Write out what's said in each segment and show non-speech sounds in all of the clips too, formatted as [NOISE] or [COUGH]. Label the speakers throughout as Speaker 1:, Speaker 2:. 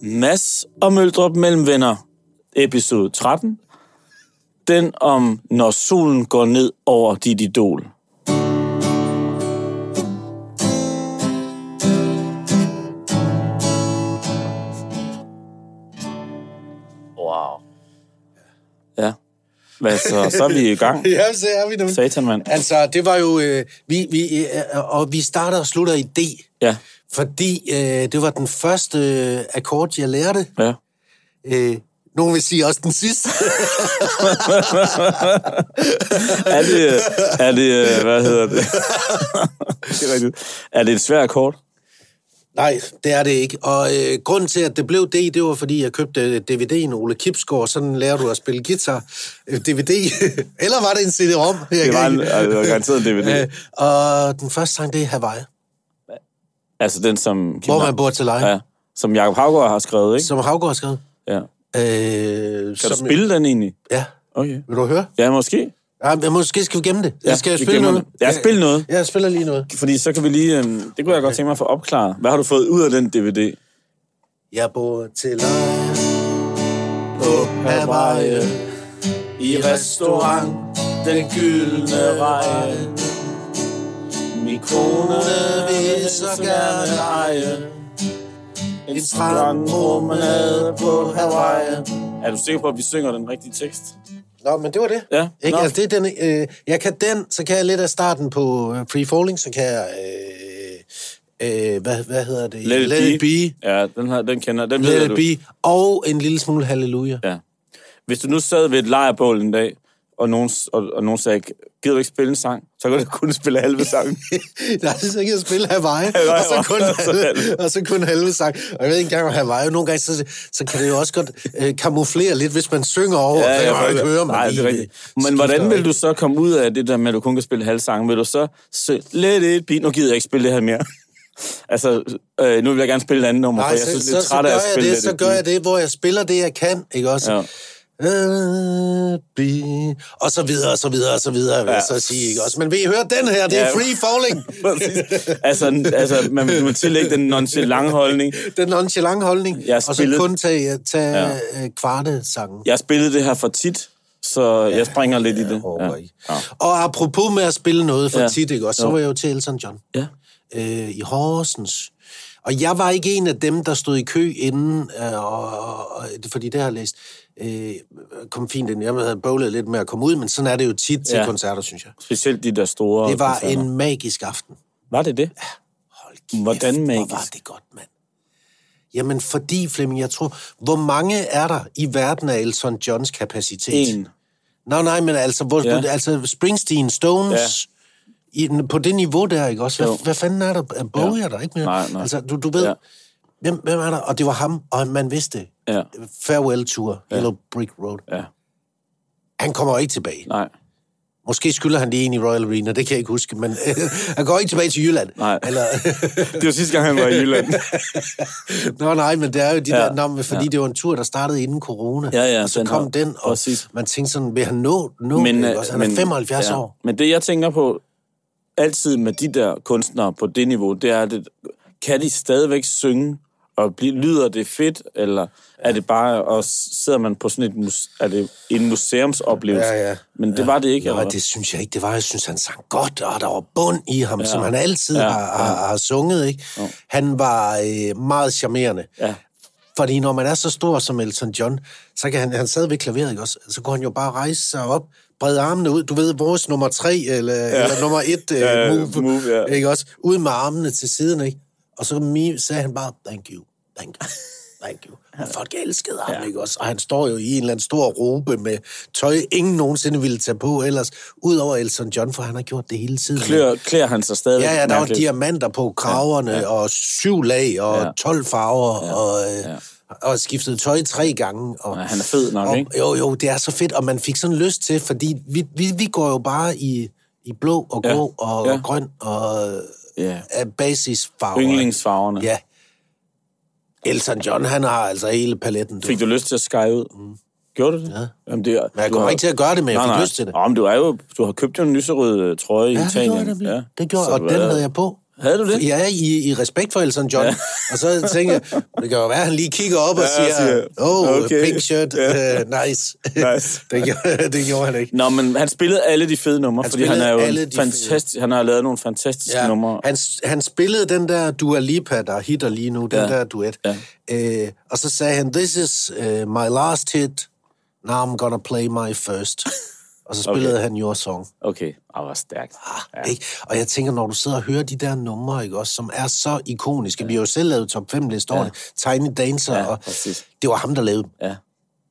Speaker 1: Mads og Møldrup mellem venner, episode 13. Den om, når solen går ned over dit idol.
Speaker 2: Wow.
Speaker 1: Ja. Hvad så? Så er vi i
Speaker 3: [LAUGHS]
Speaker 1: gang.
Speaker 3: Ja, så er vi nu.
Speaker 1: Satan, mand.
Speaker 3: Altså, det var jo... Øh, vi, vi, øh, og vi starter og slutter i D,
Speaker 1: Ja,
Speaker 3: fordi øh, det var den første øh, akkord, jeg lærte.
Speaker 1: ja.
Speaker 3: Øh, nogen vil sige også den sidste. [LAUGHS]
Speaker 1: Er det, er det øh, hvad hedder det? [LAUGHS] det er, rigtigt. er det et svært kort?
Speaker 3: Nej, det er det ikke. Og øh, grunden til, at det blev det, det var, fordi jeg købte øh, DVD'en Ole Kipsgaard. Sådan lærer du at spille guitar. Øh, DVD. [LAUGHS] Eller var det en CD-ROM? Jeg
Speaker 1: Det var,
Speaker 3: kan
Speaker 1: en,
Speaker 3: ikke-
Speaker 1: øh,
Speaker 3: [LAUGHS]
Speaker 1: det var garanteret en DVD.
Speaker 3: Øh, og den første sang, det er Hawaii,
Speaker 1: Altså den, som, Kim,
Speaker 3: hvor man bor til leje, ja.
Speaker 1: ja, som Jacob Haugaard har skrevet, ikke?
Speaker 3: som Havgård skrev.
Speaker 1: Ja.
Speaker 3: Øh,
Speaker 1: Kan du spille den egentlig?
Speaker 3: Ja.
Speaker 1: Okay.
Speaker 3: Vil du høre?
Speaker 1: Ja, måske.
Speaker 3: Ja, Ah, men måske skal vi gemme det. Ja, skal jeg
Speaker 1: vi
Speaker 3: spille
Speaker 1: gemmer
Speaker 3: noget?
Speaker 1: den. Ja, spil noget.
Speaker 3: Jeg, jeg spiller lige noget.
Speaker 1: Fordi så kan vi lige... øhm, Det kunne jeg godt tænke mig at få opklaret. Hvad har du fået ud af den DVD?
Speaker 3: Jeg bor til leje på Hawaii
Speaker 1: I
Speaker 3: restaurant,
Speaker 1: Den gyldne reje Min kone
Speaker 3: vil så gerne
Speaker 1: eje En
Speaker 3: strandpromenade på Hawaii.
Speaker 1: Er du sikker på, at vi synger den rigtige tekst?
Speaker 3: Nå, men det var det.
Speaker 1: Ja.
Speaker 3: Ikke?
Speaker 1: Nå.
Speaker 3: Altså, det er den, øh, jeg kan den, så kan jeg lidt af starten på øh, Free Falling, så kan jeg... Øh, øh, hvad, hvad hedder det?
Speaker 1: Let it
Speaker 3: Let it
Speaker 1: Ja, den, her, den kender den
Speaker 3: be.
Speaker 1: ved
Speaker 3: Let
Speaker 1: du.
Speaker 3: it be. Og en lille smule halleluja. [LAUGHS]
Speaker 1: Ja. Hvis du nu sad ved et lejrbål en dag, og nogen, og, og nogen sagde, gider du ikke spille en sang? Så kan du kun spille halve sangen.
Speaker 3: Nej, så kan jeg spille Hawaii,
Speaker 1: [LAUGHS] Hawaii,
Speaker 3: og så kun,
Speaker 1: og så halv.
Speaker 3: halve, og så kun halve sang. Og jeg ved ikke engang om Hawaii. Nogle gange, så, så kan det jo også godt øh, kamuflere lidt, hvis man synger over. Ja, jeg kan jo ikke høre,
Speaker 1: Nej, det er rigtigt. Men hvordan vil du så komme ud af det der med, at du kun kan spille halv sang? Vil du så se, let it be, nu gider jeg ikke spille det her mere. [LAUGHS] altså, øh, nu vil jeg gerne spille et andet nummer, for
Speaker 3: Nej,
Speaker 1: jeg
Speaker 3: så,
Speaker 1: synes,
Speaker 3: så,
Speaker 1: det er
Speaker 3: så
Speaker 1: træt af at spille Let
Speaker 3: gør jeg det, så
Speaker 1: It
Speaker 3: gør
Speaker 1: Be.
Speaker 3: jeg det, hvor jeg spiller det, jeg kan, ikke også?
Speaker 1: Ja.
Speaker 3: Ja. Og så videre, og så videre, og så videre, vil jeg
Speaker 1: Ja.
Speaker 3: så sige, ikke også? Men vil I høre den her? Det er
Speaker 1: Ja.
Speaker 3: Free Falling.
Speaker 1: [LAUGHS] Præcis. altså, altså, man må tillægge den nonchalant holdning.
Speaker 3: Den nonchalant holdning.
Speaker 1: Jeg
Speaker 3: og så
Speaker 1: spillede-
Speaker 3: kun tage, øh, tage ja. kvarte sangen.
Speaker 1: Jeg spillede det her for tit, så jeg springer lidt i det.
Speaker 3: Overgår ikke.
Speaker 1: Ja.
Speaker 3: Og apropos med at spille noget for
Speaker 1: Ja.
Speaker 3: ja. tit, ikke? Og så
Speaker 1: Jo.
Speaker 3: var jeg jo til Elton John
Speaker 1: ja.
Speaker 3: øh, i Horsens. Og jeg var ikke en af dem, der stod i kø inden, øh, og, og, og- fordi det har jeg læst, øh, kom fint ind. Jeg havde bøvlet lidt med at komme ud, men sådan er det jo tit til
Speaker 1: Ja.
Speaker 3: ja. koncerter, synes jeg.
Speaker 1: Specielt de der store
Speaker 3: Det var
Speaker 1: koncerter.
Speaker 3: en magisk aften.
Speaker 1: Var det det?
Speaker 3: Hold kæft,
Speaker 1: Hvordan
Speaker 3: Hvor var
Speaker 1: magisk?
Speaker 3: det godt, mand. Jamen, fordi, Flemming, jeg tror... Hvor mange er der i verden af Elton Johns kapacitet?
Speaker 1: En.
Speaker 3: Nå, nej, men altså, hvor,
Speaker 1: Ja.
Speaker 3: ja. altså Springsteen, Stones, ja. i, den- på det niveau der, ikke også?
Speaker 1: Jo.
Speaker 3: Hvad, hvad fanden er der? Er Bowie ja. er der ikke mere?
Speaker 1: Nej, nej.
Speaker 3: Altså, du, du ved,
Speaker 1: Ja.
Speaker 3: ja. hvem, hvem er der? Og det var ham, og man vidste det.
Speaker 1: Ja,
Speaker 3: Farewell Tour, ja. Yellow Brick Road.
Speaker 1: ja.
Speaker 3: Han kommer jo ikke tilbage.
Speaker 1: Nej.
Speaker 3: Måske skylder han lige en i Royal Arena, det kan jeg ikke huske, men [LAUGHS] øh, han går ikke tilbage til Jylland.
Speaker 1: Nej.
Speaker 3: Eller,
Speaker 1: [LAUGHS] Det var sidste gang, han var i Jylland.
Speaker 3: Nå nej, men det er jo de
Speaker 1: Ja.
Speaker 3: ja. der, nå, men fordi ja. det var en tur, der startede inden corona.
Speaker 1: Ja, ja,
Speaker 3: og så
Speaker 1: den
Speaker 3: kom
Speaker 1: har-
Speaker 3: den, og
Speaker 1: Præcis.
Speaker 3: man tænkte sådan, vil han nå, nå men,
Speaker 1: øh,
Speaker 3: ikke? også? Han er 75
Speaker 1: ja.
Speaker 3: ja. år.
Speaker 1: Men det, jeg tænker på altid med de der kunstnere på det niveau, det er, at kan de stadigvæk synge, og bli- lyder det fedt, eller er det bare, og s- sidder man på sådan et, mus, er det en museumsoplevelse?
Speaker 3: Ja, ja.
Speaker 1: Men det var det ikke,
Speaker 3: Nej,
Speaker 1: eller
Speaker 3: det synes jeg ikke. Det var, jeg synes, han sang godt, og der var bund i ham, ja. som han altid
Speaker 1: Ja,
Speaker 3: ja. har, har, har sunget. Ikke? Ja. Han var øh, meget charmerende.
Speaker 1: Ja.
Speaker 3: Fordi når man er så stor som Elton John, så kan han, han sad ved klaveret, ikke også? Så kunne han jo bare rejse sig op, brede armene ud. Du ved, vores nummer tre, eller, ja. eller nummer et øh,
Speaker 1: Ja, ja,
Speaker 3: move,
Speaker 1: move, ja.
Speaker 3: ikke også? Ud med armene til siden, ikke? Og så mi- sagde han bare, thank you, thank you. Thank you. Og folk elskede ham, ja. ikke også? Og han står jo i en eller anden stor robe med tøj, ingen nogensinde ville tage på ellers. Udover Elton John, for han har gjort det hele tiden.
Speaker 1: Klør, klær han sig stadigvæk?
Speaker 3: Ja, ja, der var
Speaker 1: mærkeligt?
Speaker 3: diamanter på kraverne, ja, ja. og syv lag, og
Speaker 1: Ja.
Speaker 3: ja. 12 farver, ja. og... Øh,
Speaker 1: Ja.
Speaker 3: ja. Og skiftede tøj tre gange. Og,
Speaker 1: Ja, han er fed nok,
Speaker 3: og,
Speaker 1: ikke?
Speaker 3: Jo, jo, det er så fedt, og man fik sådan lyst til, fordi vi, vi, vi går jo bare i, i blå og
Speaker 1: Ja,
Speaker 3: grå og,
Speaker 1: ja.
Speaker 3: og grøn og
Speaker 1: Ja.
Speaker 3: øh, basisfarver.
Speaker 1: Yndlingsfarverne.
Speaker 3: Ja. Elton John, han har altså hele paletten. Du.
Speaker 1: Fik du lyst til at skære ud? Gjorde du det? Ja. Jamen, det er,
Speaker 3: Mm. Men jeg kommer ikke til at gøre det, men jeg fik lyst til det.
Speaker 1: Nå, men du, er jo, du har købt jo en lyserød øh, trøje i
Speaker 3: Ja, det
Speaker 1: Italien.
Speaker 3: gjorde jeg nemlig. Det gjorde, jeg, og den havde jeg på.
Speaker 1: Havde du det?
Speaker 3: Ja, i, i respekt for Elton John. Ja. [LAUGHS] Og så tænker jeg, det kan jo være, at han lige kigger op og
Speaker 1: Ja,
Speaker 3: siger,
Speaker 1: siger,
Speaker 3: åh, oh,
Speaker 1: okay.
Speaker 3: pink shirt,
Speaker 1: Ja.
Speaker 3: uh, nice.
Speaker 1: [LAUGHS] Nice.
Speaker 3: [LAUGHS] det, gjorde, det gjorde han ikke.
Speaker 1: Nå, men han spillede alle de fede numre, han
Speaker 3: Han
Speaker 1: fordi han
Speaker 3: spillede
Speaker 1: er jo
Speaker 3: alle
Speaker 1: en
Speaker 3: de fede.
Speaker 1: fantastisk, han har lavet nogle fantastiske ja, numre.
Speaker 3: Han, han spillede den der Dua Lipa, der hitter lige nu, den
Speaker 1: Ja.
Speaker 3: der duet.
Speaker 1: Ja.
Speaker 3: Øh, og så sagde han, this is uh, my last hit, now I'm gonna play my
Speaker 1: [LAUGHS]
Speaker 3: first. Og så spillede okay. han Your Song.
Speaker 1: Okay, og var stærkt.
Speaker 3: Ja. Ikke? Og jeg tænker, når du sidder og hører de der numre, ikke, også, som er så ikoniske. Ja. Vi har jo selv lavet top 5 liste over ja. Tiny Dancer, ja,
Speaker 1: Ja,
Speaker 3: og
Speaker 1: præcis.
Speaker 3: det var ham, der lavede dem.
Speaker 1: Ja.
Speaker 3: Ja.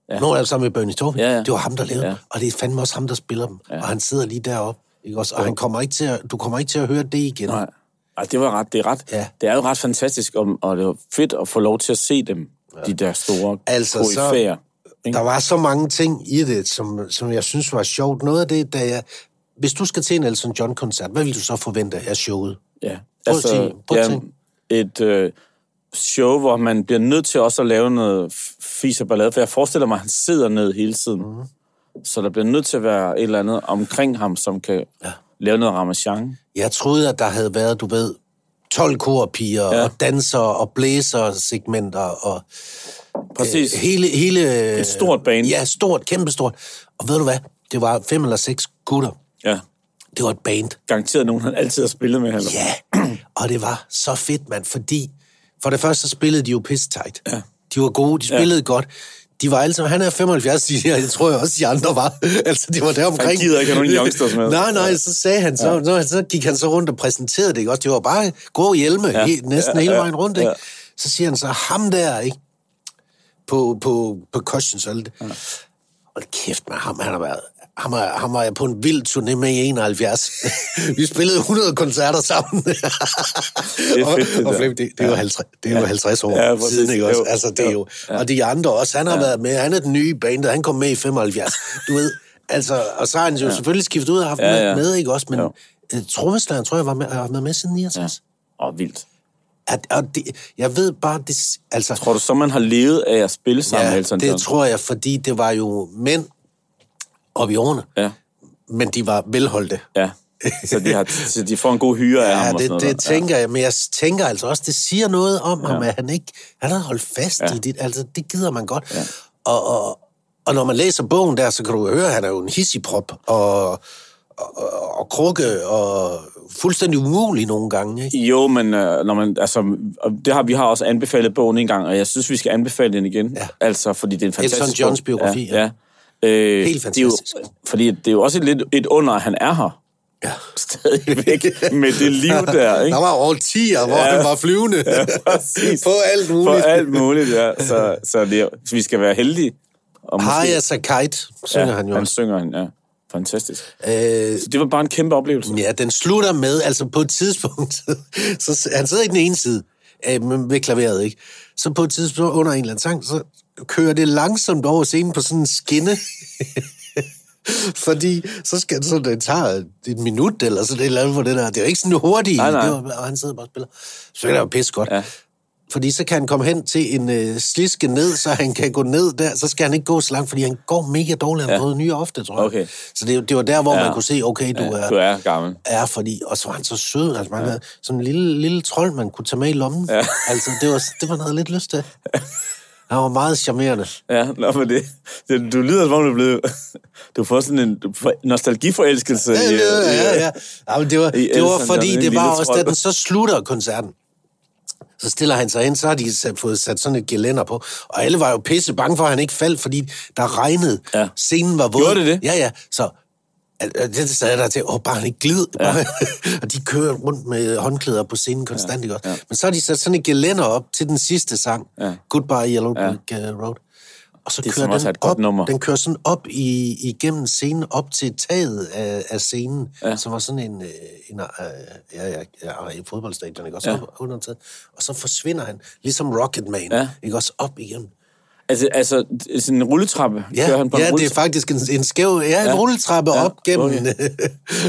Speaker 3: Nogle af dem altså sammen med Bernie Taupin.
Speaker 1: Ja,
Speaker 3: Ja, ja.
Speaker 1: ja.
Speaker 3: Det var ham, der lavede ja.
Speaker 1: Ja.
Speaker 3: Og det er fandme også ham, der spiller dem. Ja. Og han sidder lige deroppe. Ikke også? Og han kommer ikke til at, du kommer ikke til at høre det igen.
Speaker 1: Nej. Ej, det var ret, det er ret,
Speaker 3: Ah. Ja.
Speaker 1: ja. det er jo ret fantastisk, og, og det var fedt at få lov til at se dem, ja. de der store
Speaker 3: Altså,
Speaker 1: altså,
Speaker 3: så-
Speaker 1: koryfærer.
Speaker 3: Der var så mange ting i det, som, som jeg synes var sjovt. Noget af det, da jeg... Hvis du skal til en Elton John-koncert, hvad vil du så forvente af showet?
Speaker 1: Ja.
Speaker 3: Prøv at sige- prøv at
Speaker 1: det er et øh, show, hvor man bliver nødt til også at lave noget f- fis og ballade, for jeg forestiller mig, at han sidder ned hele tiden. Mm.
Speaker 3: Mhm.
Speaker 1: Så der bliver nødt til at være et eller andet omkring ham, som kan ja. lave noget ramachan.
Speaker 3: Jeg troede, at der havde været, du ved, 12 korpiger, ja.
Speaker 1: Ja.
Speaker 3: og danser, og blæser-segmenter, og øh,
Speaker 1: Præcis.
Speaker 3: hele... hele
Speaker 1: Et stort band.
Speaker 3: Ja, stort, kæmpestort. Og ved du hvad? Det var fem eller seks gutter.
Speaker 1: Ja.
Speaker 3: Det var et band.
Speaker 1: Garanteret nogen, han altid har spillet med. Eller?
Speaker 3: Ja, [CLEARS THROAT] og det var så fedt, mand, fordi for det første så spillede de jo pisse tight. Ja. De var gode, de spillede ja. godt. De var alle sammen, han er 75, de, jeg tror jeg også, de andre var. [LAUGHS] altså, de var der omkring.
Speaker 1: Han gider ikke have nogen youngsters med.
Speaker 3: Nej, nej, så sagde han, så, ja. så, så gik han så rundt og præsenterede det, ikke også? Det var bare grå hjelme, ja. he, næsten ja, hele vejen rundt, ikke? Ja.
Speaker 1: ja.
Speaker 3: Så siger han så, ham der, ikke? På, på, på cushions og alt det. Ja. Hold kæft med ham, han har været... Ham var, ham var jeg på en vild turné med i 71. [LAUGHS] Vi spillede 100 koncerter sammen. det og,
Speaker 1: fedt, det
Speaker 3: og
Speaker 1: der.
Speaker 3: Flemming, det, det, er jo 50, det er jo 50 år
Speaker 1: Ja,
Speaker 3: ja,
Speaker 1: præcis.
Speaker 3: siden, ikke også?
Speaker 1: Jo.
Speaker 3: Altså, det er jo, og de andre også, han har ja. været med. Han er den nye i bandet, han kom med i 75. Du ved, altså, og så har han jo ja. selvfølgelig skiftet ud og haft ja,
Speaker 1: Ja,
Speaker 3: ja.
Speaker 1: ja.
Speaker 3: med, ikke også? Men
Speaker 1: Jo.
Speaker 3: øh, trommeslageren tror jeg, var med, har været med siden 69.
Speaker 1: Og vildt.
Speaker 3: Ja. At, og det, jeg ved bare, det, s- altså,
Speaker 1: Tror du så, man har levet af at spille sammen med
Speaker 3: ja,
Speaker 1: Elton John?
Speaker 3: det tror jeg, fordi det var jo mænd op i årene,
Speaker 1: Ja.
Speaker 3: men de var velholdte.
Speaker 1: ja. Så de, har,
Speaker 3: [LAUGHS]
Speaker 1: så de får en god hyre af
Speaker 3: Ja,
Speaker 1: ham. og sådan
Speaker 3: det, det
Speaker 1: noget. der.
Speaker 3: tænker jeg, men jeg tænker altså også, det siger noget om ham, at han ikke, han har holdt fast ja. i det, altså det gider man godt. Ja. Og, og, og når man læser bogen der, så kan du jo høre, at han er jo en hissigprop, og, og, og, og krukke, og fuldstændig umulig nogle gange, ikke?
Speaker 1: Jo, men øh, når man, altså, og det har, vi har også anbefalet bogen en gang, og jeg synes, vi skal anbefale den igen.
Speaker 3: Ja.
Speaker 1: Altså, fordi det er en fantastisk
Speaker 3: Elton Johns
Speaker 1: bog.
Speaker 3: biografi, ja.
Speaker 1: Ja. ja. Øh,
Speaker 3: Helt
Speaker 1: Det er
Speaker 3: fantastisk.
Speaker 1: jo, fordi det er jo også et, lidt et under, at han er her. Ja. [LAUGHS] Stadigvæk med det
Speaker 3: [LAUGHS]
Speaker 1: liv der, ikke?
Speaker 3: Der var årtier, hvor ja.
Speaker 1: Ja.
Speaker 3: han var flyvende [LAUGHS] ja,
Speaker 1: [LAUGHS] præcis.
Speaker 3: på alt
Speaker 1: For
Speaker 3: muligt.
Speaker 1: alt muligt, ja. Så, så det, er- så vi skal være heldige. Og
Speaker 3: Har jeg så kite, synger ja, han jo
Speaker 1: Han
Speaker 3: også.
Speaker 1: synger han, ja. Fantastisk.
Speaker 3: Øh,
Speaker 1: Så det var bare en kæmpe oplevelse.
Speaker 3: Ja, den slutter med, altså på et tidspunkt, [LAUGHS] så s- han sidder i den ene side øh, med, med klaveret, ikke? Så på et tidspunkt under en eller anden sang, så kører det langsomt over scenen på sådan en skinne. [LAUGHS] Fordi så skal så det tager et minut eller sådan et eller andet for det der. Det er jo ikke sådan hurtigt,
Speaker 1: Nej, nej.
Speaker 3: Det var, og han sidder bare og spiller. Så det er jo pis godt. Ja. Fordi så kan han komme hen til en øh, sliske ned, så han kan gå ned der. Så skal han ikke gå så langt, fordi han går mega dårligt. Han har fået en ny ofte, tror jeg.
Speaker 1: Okay.
Speaker 3: Så det, det var der, hvor ja.
Speaker 1: Ja.
Speaker 3: man kunne se, okay, du er
Speaker 1: Du er gammel.
Speaker 3: er, fordi, og så var han så sød, altså man Mm. ja. havde sådan en lille, lille trold, man kunne tage med i lommen. Ja. Altså, det var, det var noget lidt lyst [LAUGHS] til. Han var meget charmerende.
Speaker 1: Ja, nå, men det, det, du lyder, som om du er blevet... Du får sådan en du får nostalgiforelskelse.
Speaker 3: Ja,
Speaker 1: i-
Speaker 3: ja, ja, ja. ja men det
Speaker 1: I
Speaker 3: var, det var
Speaker 1: Elton
Speaker 3: fordi,
Speaker 1: John,
Speaker 3: det
Speaker 1: en
Speaker 3: var
Speaker 1: lille
Speaker 3: også, da
Speaker 1: trold.
Speaker 3: den så slutter koncerten, så stiller han sig hen, så har de sat, fået sat sådan et gelænder på. Og alle var jo pisse bange for, at han ikke faldt, fordi der regnede. Ja.
Speaker 1: Ja.
Speaker 3: Scenen var våd.
Speaker 1: Gjorde det det?
Speaker 3: Ja, ja. Så al- al- det sad jeg der til, åh, bare han ikke glider. Ja. [LAUGHS] og de kører rundt med håndklæder på scenen konstant, ja. Ja. Men så har de sat sådan et gelænder op til den sidste sang, ja. Goodbye Yellow Brick ja. Road. Og så
Speaker 1: Det er
Speaker 3: kører
Speaker 1: som også
Speaker 3: den,
Speaker 1: er et godt
Speaker 3: op,
Speaker 1: nummer.
Speaker 3: den kører sådan op i, igennem scenen, op til taget af, af scenen, ja. som var sådan en, øh, en øh, ja, ja, ja, i fodboldstadion, ikke også? Ja. Op, under taget. Og så forsvinder han, ligesom Rocketman, ja.
Speaker 1: Ja.
Speaker 3: ikke også? Op igennem.
Speaker 1: Altså, altså sådan en rulletrappe.
Speaker 3: Ja,
Speaker 1: kører han på en
Speaker 3: ja det er
Speaker 1: rulletrappe.
Speaker 3: faktisk en, en skæv, ja, en ja. rulletrappe ja. op gennem, [LAUGHS] okay.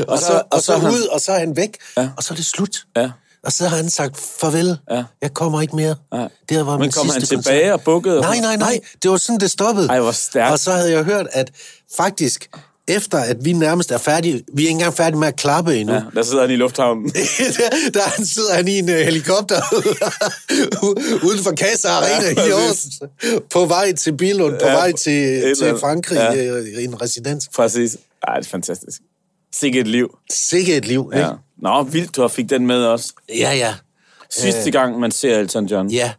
Speaker 3: og, så, og, så,
Speaker 1: er han-
Speaker 3: ud, og så er han væk, ja. og så er det slut.
Speaker 1: Ja.
Speaker 3: Og så har han sagt, farvel, ja. jeg kommer ikke mere. Ja. Det var
Speaker 1: Men
Speaker 3: min
Speaker 1: kom han
Speaker 3: sidste
Speaker 1: tilbage
Speaker 3: koncert.
Speaker 1: og bukkede?
Speaker 3: Nej, nej, nej, det var sådan, det stoppede.
Speaker 1: Ej, hvor stærkt.
Speaker 3: Og så havde jeg hørt, at faktisk, efter at vi nærmest er færdige, vi er ikke engang færdige med at klappe endnu, ja.
Speaker 1: Ja, der sidder han i lufthavnen.
Speaker 3: [LAUGHS] der, [LAUGHS] der han sidder han i en uh, helikopter [LAUGHS] uden for Kassa Arena i
Speaker 1: præcis.
Speaker 3: Aarhus, på vej til Bilund, på
Speaker 1: Ja,
Speaker 3: vej
Speaker 1: et
Speaker 3: til,
Speaker 1: eller
Speaker 3: til
Speaker 1: andet.
Speaker 3: Frankrig
Speaker 1: Ja.
Speaker 3: ja. i en residens.
Speaker 1: Præcis. Ej, det er fantastisk. Sikke et liv.
Speaker 3: Sikke et liv,
Speaker 1: Ja. Nå, vildt, du har fik den med også.
Speaker 3: ikke? Ja, ja.
Speaker 1: Sidste gang, man ser Elton John.
Speaker 3: Ja.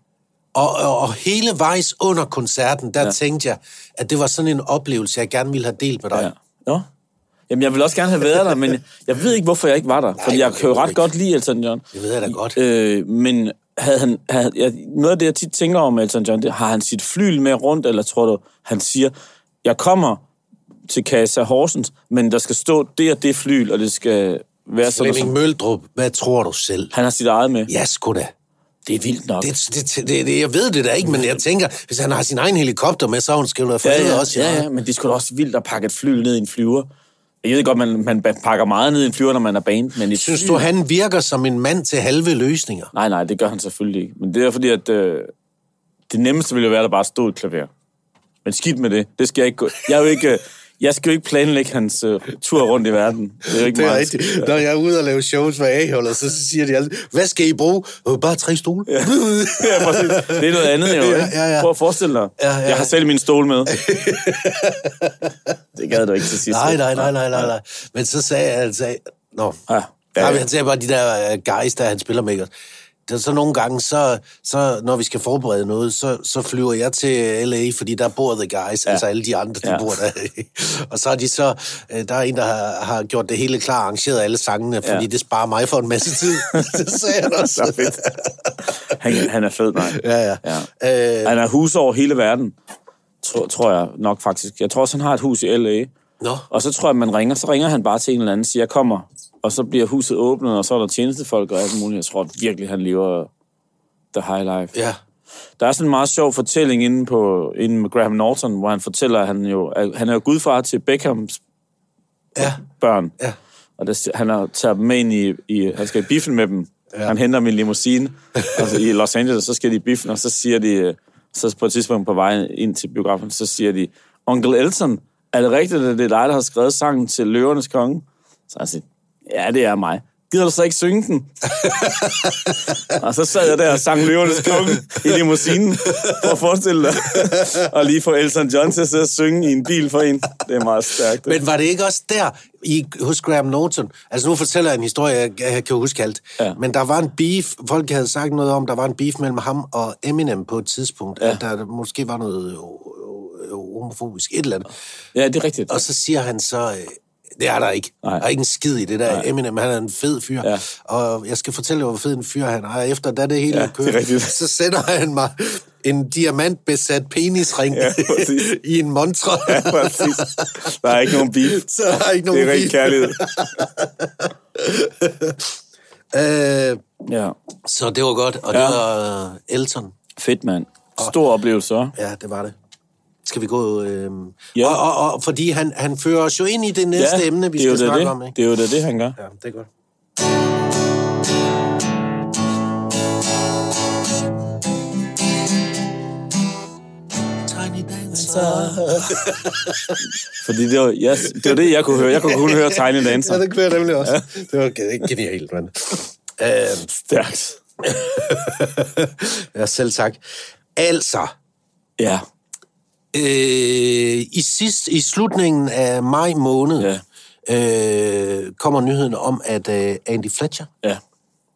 Speaker 3: Og, og, og hele vejs under koncerten, der ja. tænkte jeg, at det var sådan en oplevelse, jeg gerne ville have delt med dig.
Speaker 1: Ja. Nå. Jamen, jeg ville også gerne have været der, men jeg ved ikke, hvorfor jeg ikke var der. fordi jeg
Speaker 3: det
Speaker 1: kan jo
Speaker 3: ved
Speaker 1: ret
Speaker 3: jeg ikke.
Speaker 1: godt lide Elton John.
Speaker 3: Det ved jeg da godt.
Speaker 1: Øh, men havde han, havde, jeg, noget af det, jeg tit tænker om Elton John, det, har han sit flyl med rundt, eller tror du, han siger, jeg kommer til Casa Horsens, men der skal stå det og det flyl, og det skal være sådan og
Speaker 3: Flemming
Speaker 1: sådan.
Speaker 3: Møldrup, hvad tror du selv?
Speaker 1: Han har sit eget med.
Speaker 3: Ja, sgu da.
Speaker 1: Det er vildt nok.
Speaker 3: Det, det, det, det, jeg ved det da ikke, men jeg tænker, hvis han har sin egen helikopter med, så er hun skal jo for
Speaker 1: Ja, ja,
Speaker 3: også.
Speaker 1: ja, ja, men det er sgu da også vildt at pakke et fly ned i en flyver. Jeg ved godt, man, man pakker meget ned i en flyver, når man er band, men et
Speaker 3: Synes
Speaker 1: fly-
Speaker 3: du, han virker som en mand til halve løsninger?
Speaker 1: Nej, nej, det gør han selvfølgelig ikke. Men det er fordi, at øh, det nemmeste ville jo være, at der bare stod et klaver. Men skidt med det. Det skal jeg ikke gå. Jeg, er jo ikke, øh, jeg skal jo ikke planlægge hans øh, tur rundt i verden. Det er jo ikke
Speaker 3: Det er
Speaker 1: meget.
Speaker 3: rigtigt. Når jeg er ude og lave shows for A-holder, så siger de altid, hvad skal I bruge? "Øh, Bare tre stole. Ja.
Speaker 1: Ja, præcis. Det er noget andet, jo.
Speaker 3: Ja,
Speaker 1: ikke?
Speaker 3: ja, ja.
Speaker 1: Prøv at forestille dig.
Speaker 3: Ja, ja.
Speaker 1: Jeg har selv min stol
Speaker 3: [LAUGHS]
Speaker 1: med. det gad du ikke til sidst.
Speaker 3: Nej, nej, nej, nej, nej, nej. Men så sagde jeg altså... Nå,
Speaker 1: Ja,
Speaker 3: Ja,
Speaker 1: Ah, ja,
Speaker 3: ja.
Speaker 1: ja.
Speaker 3: Han sagde bare, de der øh, guys, der han spiller med os. Der, så nogle gange, så, så når vi skal forberede noget, så, så flyver jeg til LA, fordi der bor The Guys, ja. altså alle de andre, de ja.
Speaker 1: Ja.
Speaker 3: bor der. og så er de så, øh, der er en, der har, har gjort det hele klar, arrangeret alle sangene, fordi ja.
Speaker 1: Ja.
Speaker 3: det sparer mig for en masse [LAUGHS] tid. det sagde han også.
Speaker 1: Han, han er fed, nej.
Speaker 3: ja, ja.
Speaker 1: Ja.
Speaker 3: ja. Øh,
Speaker 1: Han har hus over hele verden, tror, tror jeg nok faktisk. Jeg tror også, han har et hus i L.A.
Speaker 3: nå,
Speaker 1: Og så tror jeg, man ringer. Så ringer han bare til en eller anden og siger, jeg kommer. Og så bliver huset åbnet, og så er der tjenestefolk og alt muligt. Jeg tror virkelig, han lever the high life.
Speaker 3: ja.
Speaker 1: Der er sådan en meget sjov fortælling inde, på, inde med Graham Norton, hvor han fortæller, at han, jo, at han er jo gudfar til Beckhams
Speaker 3: Ja,
Speaker 1: børn.
Speaker 3: ja.
Speaker 1: Og der, han har taget dem med ind i, i han skal i biffen med dem. Ja. Han henter dem i en limousine altså, i Los Angeles, så skal de i biffen, og så siger de, øh, så på et tidspunkt på vej ind til biografen, så siger de, Onkel Elton, er det rigtigt, at det er dig, der har skrevet sangen til Løvernes Konge? Så han siger, ja, det er mig. Gider du så ikke synge den? [LAUGHS] og så sad jeg der og sang Løvernes Konge i limousinen, for at forestille dig. [LAUGHS] og lige få Elton John til at sidde og synge i en bil for en. Det er meget stærkt.
Speaker 3: Men var det ikke også der, i, hos Graham Norton? Altså nu fortæller jeg en historie, jeg, jeg kan huske alt. Ja.
Speaker 1: Ja.
Speaker 3: Men der var en beef, folk havde sagt noget om, der var en beef mellem ham og Eminem på et tidspunkt. Ja. At der måske var noget øh, øh, homofobisk, et eller andet.
Speaker 1: Ja, det er rigtigt.
Speaker 3: Og så siger han så, øh, det er der ikke. Nej.
Speaker 1: Nej.
Speaker 3: Der er ikke en skid i det der. Nej. Eminem, han er en fed fyr. Ja.
Speaker 1: Ja.
Speaker 3: Og jeg skal fortælle, jer, hvor fed en fyr han er. Og Efter da det hele
Speaker 1: Ja,
Speaker 3: er kørt,
Speaker 1: det er rigtigt.
Speaker 3: så sender han mig en diamantbesat penisring ja,
Speaker 1: Ja, præcis.
Speaker 3: [LAUGHS] i en montre. Ja.
Speaker 1: Præcis. Der er ikke nogen bil.
Speaker 3: Så er der ikke
Speaker 1: Det
Speaker 3: nogen
Speaker 1: er rigtig
Speaker 3: beef.
Speaker 1: kærlighed.
Speaker 3: Øh,
Speaker 1: [LAUGHS] Ja.
Speaker 3: Så det var godt, og det
Speaker 1: Ja.
Speaker 3: var øh, Elton.
Speaker 1: Fedt, mand. Stor oplevelse, hva'?
Speaker 3: Ja, det var det. Skal vi gå... Øh...
Speaker 1: Ja.
Speaker 3: Og, og, og fordi han, han fører os jo ind i det næste ja, emne, vi
Speaker 1: det er jo
Speaker 3: skal
Speaker 1: da
Speaker 3: snakke
Speaker 1: det.
Speaker 3: om. Ikke?
Speaker 1: Det er jo da det, han gør.
Speaker 3: Ja, det er godt. Tiny Dancer.
Speaker 1: Fordi det var, yes, det, var det, jeg kunne høre. Jeg kunne kun høre Tiny Dancer.
Speaker 3: Ja, det kunne jeg nemlig også. Det var gen- genialt, mand. Øh,
Speaker 1: Stærkt.
Speaker 3: ja, selv tak. Altså,
Speaker 1: Ja.
Speaker 3: Øh, i, sidst, I slutningen af maj måned ja. øh, kommer nyheden om, at øh, Andy Fletcher
Speaker 1: Ja.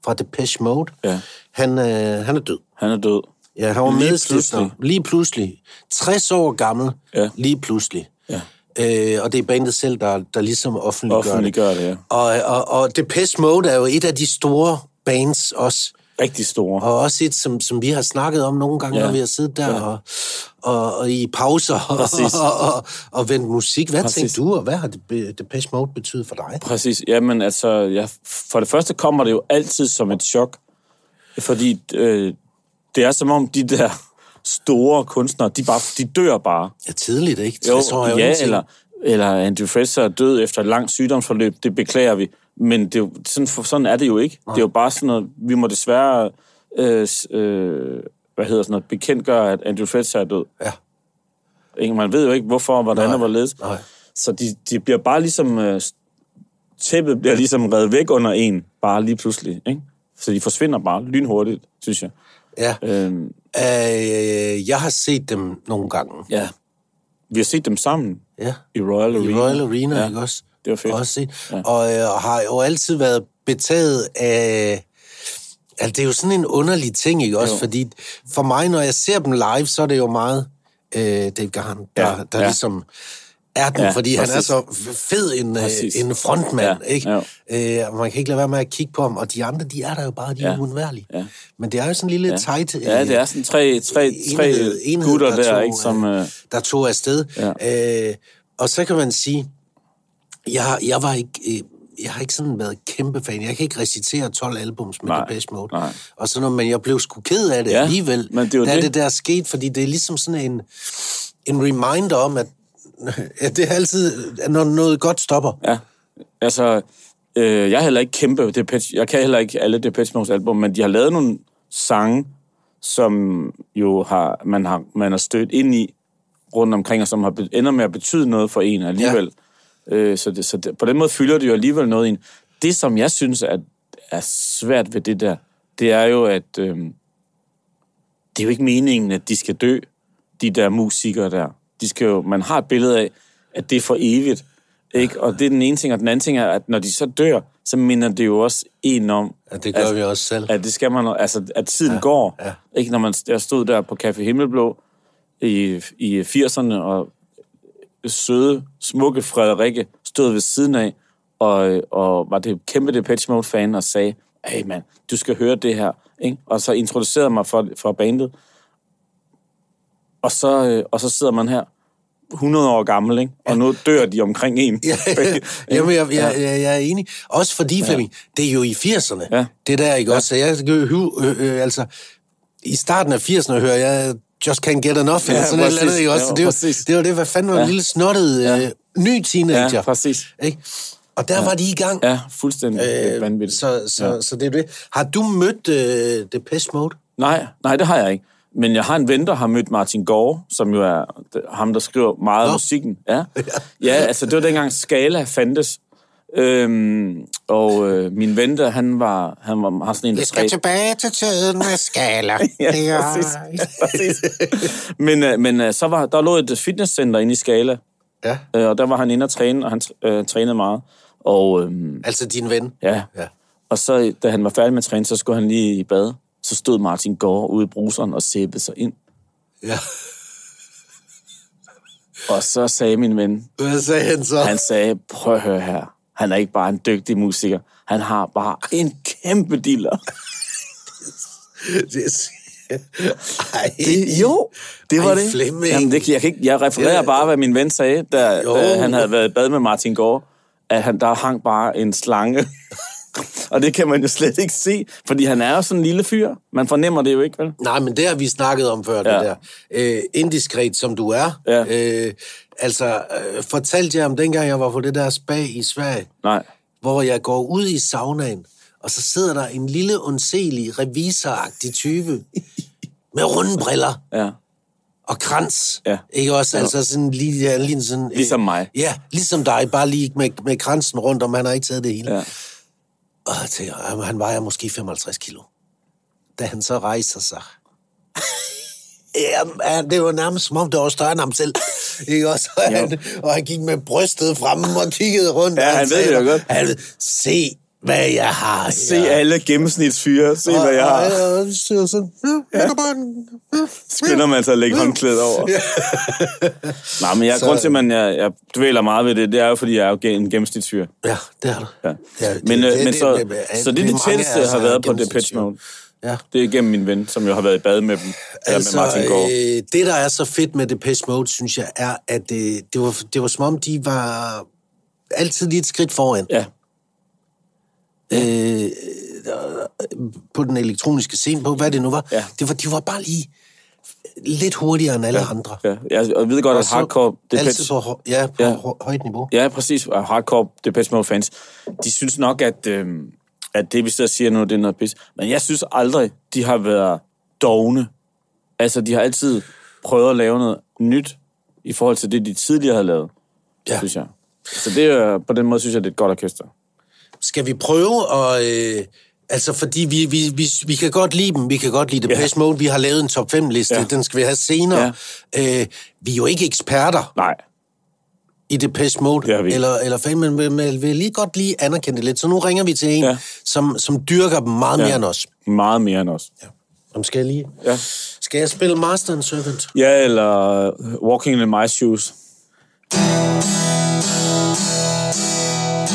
Speaker 3: fra Depeche Mode,
Speaker 1: Ja.
Speaker 3: han, øh, han er død.
Speaker 1: Han er død.
Speaker 3: Ja, han var
Speaker 1: Lige
Speaker 3: medstifter. Lige pludselig. 60 år gammel,
Speaker 1: Ja.
Speaker 3: lige pludselig.
Speaker 1: Ja.
Speaker 3: Øh, og det er bandet selv, der, der ligesom offentliggør, det.
Speaker 1: Offentliggør det, ja.
Speaker 3: Og, og, og Depeche Mode er jo et af de store bands også.
Speaker 1: Rigtig store.
Speaker 3: Og også et, som, som vi har snakket om nogle gange, ja.
Speaker 1: Ja.
Speaker 3: når vi har siddet der ja. og, og, og i pauser
Speaker 1: Præcis.
Speaker 3: og, og, og, og vendt musik. Hvad Præcis.
Speaker 1: Præcis.
Speaker 3: tænkte du, og hvad har Dep- Depeche Mode betydet for dig?
Speaker 1: Præcis. Jamen, altså, jeg, for det første kommer det jo altid som et chok, fordi øh, det er som om de der store kunstnere, de, bare, de dør bare.
Speaker 3: Ja, tidligt, ikke?
Speaker 1: Jo,
Speaker 3: 60 år er
Speaker 1: ja,
Speaker 3: ingenting.
Speaker 1: eller, eller Andrew Fraser er død efter et langt sygdomsforløb, det beklager vi. Men det er jo, sådan, for sådan er det jo ikke. Nej. Det er jo bare sådan noget, vi må desværre, øh, s- øh, hvad hedder sådan noget, bekendtgøre, at Andrew Fraser er død.
Speaker 3: Ja.
Speaker 1: Ikke? Man ved jo ikke, hvorfor, hvordan Nej. og hvorledes.
Speaker 3: Nej.
Speaker 1: Så de, de bliver bare ligesom... Øh, tæppet bliver ligesom reddet væk under en, bare lige pludselig. Ikke? Så de forsvinder bare lynhurtigt, synes jeg.
Speaker 3: Ja.
Speaker 1: Øhm,
Speaker 3: Øh, jeg har set dem nogle gange.
Speaker 1: ja. Vi har set dem sammen
Speaker 3: Ja.
Speaker 1: i Royal Arena.
Speaker 3: I Royal Arena,
Speaker 1: Ja.
Speaker 3: ja. ikke også?
Speaker 1: Det var fedt.
Speaker 3: Også set. Ja. Og øh, og har jo altid været betaget af... Altså, det er jo sådan en underlig ting, ikke også?
Speaker 1: Jo.
Speaker 3: Jo. Fordi for mig, når jeg ser dem live, så er det jo meget øh, Dave Gahan, der,
Speaker 1: Ja,
Speaker 3: ja. der
Speaker 1: ja.
Speaker 3: ja. ligesom er den,
Speaker 1: Ja,
Speaker 3: ja, fordi præcis. han er
Speaker 1: præcis.
Speaker 3: så fed en, øh,
Speaker 1: Præcis.
Speaker 3: en frontmand,
Speaker 1: Ja,
Speaker 3: ikke? Øh, og man kan ikke lade være med at kigge på ham, og de andre, de er der jo bare, de er
Speaker 1: Ja,
Speaker 3: ja. uundværlige.
Speaker 1: ja.
Speaker 3: Men det er jo sådan en lille ja. tight... Øh,
Speaker 1: Ja, det er sådan tre, tre, tre
Speaker 3: enhed- enhed,
Speaker 1: gutter
Speaker 3: der
Speaker 1: der,
Speaker 3: tog,
Speaker 1: ikke, som...
Speaker 3: øh,
Speaker 1: Øh,
Speaker 3: der tog afsted. Ja. Øh, og så kan man sige, jeg, jeg var ikke... Øh, jeg har ikke sådan været kæmpe fan. Jeg kan ikke recitere 12 albums med
Speaker 1: Nej,
Speaker 3: Depeche Mode.
Speaker 1: nej.
Speaker 3: Og sådan noget, men jeg blev sgu ked af det
Speaker 1: Ja,
Speaker 3: alligevel,
Speaker 1: men det er jo
Speaker 3: da
Speaker 1: det.
Speaker 3: det der skete, fordi det er ligesom sådan en, en reminder om, at, [LAUGHS] at det er altid, at når noget godt stopper.
Speaker 1: ja. Altså, øh, jeg er heller ikke kæmpe Depeche. Jeg kan heller ikke alle Depeche Mode's album, men de har lavet nogle sange, som jo har, man, har, man har stødt ind i rundt omkring, og som har, be- ender med at betyde noget for en alligevel. Ja. Øh, så det, så det, på den måde fylder det jo alligevel noget i en. Det, som jeg synes er, er svært ved det der, det er jo, at øh, det er jo ikke meningen, at de skal dø, de der musikere der. De skal jo, man har et billede af, at det er for evigt. Ikke? Og det er den ene ting, og den anden ting er, at når de så dør, så minder det jo også en om,
Speaker 3: Ja, det gør
Speaker 1: Altså,
Speaker 3: vi også selv.
Speaker 1: at det skal man, altså, at tiden ja, går. Ja. Ikke når man jeg stod der på Café Himmelblå i, i 80'erne, og søde, smukke Frederikke stod ved siden af, og, og var det kæmpe Depeche Mode-fan og sagde, hey mand, du skal høre det her. Ikke? Og så introducerede mig for, for bandet. Og så, øh, og så sidder man her, 100 år gammel, ikke? og nu dør de omkring en. [LAUGHS]
Speaker 3: Ja, Jamen, jeg, jeg, jeg, jeg er enig. Også fordi, Flemming, det er jo i 80'erne,
Speaker 1: Ja.
Speaker 3: det der, ikke også? Så jeg kan jo hu- øh, øh, altså, i starten af 80'erne hører jeg Just Can't Get Enough, eller
Speaker 1: Ja,
Speaker 3: sådan et eller andet,
Speaker 1: præcis.
Speaker 3: ikke også?
Speaker 1: Ja,
Speaker 3: Så det, var,
Speaker 1: præcis.
Speaker 3: det var det, hvad fanden var ja. en lille snottet øh, ny teenager.
Speaker 1: Ja, præcis.
Speaker 3: Ikke? Og der ja. var de i gang.
Speaker 1: ja fuldstændig øh, vanvittigt.
Speaker 3: Så, så, ja. så det er det. Har du mødt øh, Depeche Mode?
Speaker 1: Nej, nej, det har jeg ikke. Men jeg har en ven, der har mødt Martin Gore, som jo er d- ham, der skriver meget af
Speaker 3: Nå.
Speaker 1: musikken.
Speaker 3: [LAUGHS]
Speaker 1: Ja. ja, altså det var dengang Skala fandtes. Øhm, og øh, min ven, der, han var, han var har sådan en, der skrev...
Speaker 3: tilbage til tiden med skaler.
Speaker 1: [LAUGHS] Ja, præcis. præcis. men øh, men øh, så var, der lå et fitnesscenter inde i Skala,
Speaker 3: ja.
Speaker 1: øh, og der var han inde og træne, og han tr- øh, trænede meget. Og øhm,
Speaker 3: Altså din ven.
Speaker 1: ja,
Speaker 3: Ja.
Speaker 1: Og så, da han var færdig med at træne, så skulle han lige i bad. Så stod Martin Gore ude i bruseren og sæbede sig ind.
Speaker 3: ja.
Speaker 1: Og så sagde min ven,
Speaker 3: Hvad sagde han så?
Speaker 1: han sagde, prøv at høre her. Han er ikke bare en dygtig musiker. Han har bare en kæmpe dealer.
Speaker 3: Det er s- [LAUGHS] Ej.
Speaker 1: jo, det var
Speaker 3: Ej,
Speaker 1: det.
Speaker 3: Flemming.
Speaker 1: Jamen, det kan- jeg, kan ikke, jeg refererer
Speaker 3: Ja.
Speaker 1: bare, hvad min ven sagde, da,
Speaker 3: Jo.
Speaker 1: da han havde været i bad med Martin Gore, at han, der hang bare en slange. [LAUGHS] og det kan man jo slet ikke se, fordi han er jo sådan en lille fyr. Man fornemmer det jo ikke, vel?
Speaker 3: Nej, men det har vi snakket om før, ja.
Speaker 1: Ja.
Speaker 3: det der. Øh, indiskret som du er.
Speaker 1: Ja.
Speaker 3: Øh, altså, øh, fortalte jeg om dengang, jeg var på det der spa i Sverige,
Speaker 1: Nej.
Speaker 3: hvor jeg går ud i saunaen, og så sidder der en lille, ondselig, revisoragtig
Speaker 1: [LAUGHS]
Speaker 3: type med runde briller
Speaker 1: Ja.
Speaker 3: og krans.
Speaker 1: Ja.
Speaker 3: Ikke også? Altså sådan lige, ja, lige sådan... øh,
Speaker 1: Ligesom mig.
Speaker 3: Ja, ligesom dig, bare lige med, med kransen rundt om, han har ikke taget det hele.
Speaker 1: Ja.
Speaker 3: Og jeg tænker, jamen, han vejer måske 55 kilo. Da han så rejser sig. [LAUGHS] Jamen, ja, det var nærmest som om, det var større end ham selv. [LAUGHS] Ikke? Og, så han, og han gik med brystet fremme og kiggede rundt.
Speaker 1: Ja,
Speaker 3: og
Speaker 1: han ved det
Speaker 3: sagde,
Speaker 1: jo godt.
Speaker 3: Han, ved, se, hvad jeg har her.
Speaker 1: Se alle gennemsnitsfyre. Se, hvad jeg har.
Speaker 3: Og, og, og, så siger jeg sådan, ja, jeg kan bare en, ja,
Speaker 1: skynder man sig at lægge håndklædet over. Nej, men jeg,
Speaker 3: Så-
Speaker 1: grund til, at jeg, jeg dvæler meget ved det, det er jo, fordi jeg er jo gen- en gennemsnitsfyr.
Speaker 3: ja, det er du.
Speaker 1: Ja.
Speaker 3: Ja,
Speaker 1: men, øh,
Speaker 3: det-
Speaker 1: men
Speaker 3: det-
Speaker 1: så,
Speaker 3: det- det-
Speaker 1: så det er det
Speaker 3: mange af
Speaker 1: tætteste,
Speaker 3: os
Speaker 1: jeg har
Speaker 3: er
Speaker 1: været på Depeche
Speaker 3: gennemsnitsfyre.
Speaker 1: Mode.
Speaker 3: Ja.
Speaker 1: Det er igennem min ven, som jo har været i bad med dem. Altså, med Martin Gård.
Speaker 3: øh, det, der er så fedt med Depeche Mode, synes jeg, er, at øh, det, var, det var som om, de var altid lige et skridt foran.
Speaker 1: Ja,
Speaker 3: Øh, på den elektroniske scene, på hvad det nu var.
Speaker 1: Ja.
Speaker 3: Det var de var bare lige lidt hurtigere end alle ja. andre.
Speaker 1: ja. Jeg, jeg ved godt, at hardcore
Speaker 3: Altid
Speaker 1: Depeche...
Speaker 3: på, hø- ja, på
Speaker 1: Ja.
Speaker 3: ja. højt niveau.
Speaker 1: Ja, præcis. Og hardcore Depeche Mode fans, de synes nok, at, øh, at det, vi sidder og siger nu, det er noget pis. Men jeg synes aldrig, de har været dogne. Altså, de har altid prøvet at lave noget nyt i forhold til det, de tidligere havde lavet. ja. synes jeg. Så det er, på den måde synes jeg, det er et godt orkester.
Speaker 3: Skal vi prøve at... Øh, altså, fordi vi, vi, vi, vi kan godt lide dem. Vi kan godt lide Depeche ja. Mode. Vi har lavet en top 5-liste. Ja. Den skal vi have senere. Ja. Øh, vi er jo ikke eksperter
Speaker 1: Nej,
Speaker 3: i Depeche Mode,
Speaker 1: Det er vi ikke.
Speaker 3: eller, eller fan, men men- men vil lige godt lige anerkende det lidt. Så nu ringer vi til en,
Speaker 1: Ja.
Speaker 3: ja. som, som dyrker dem meget ja. mere end os.
Speaker 1: meget mere end os.
Speaker 3: Om skal jeg lige...
Speaker 1: Ja.
Speaker 3: Skal jeg spille Master and Servant?
Speaker 1: Ja, eller øh, Walking in My Shoes.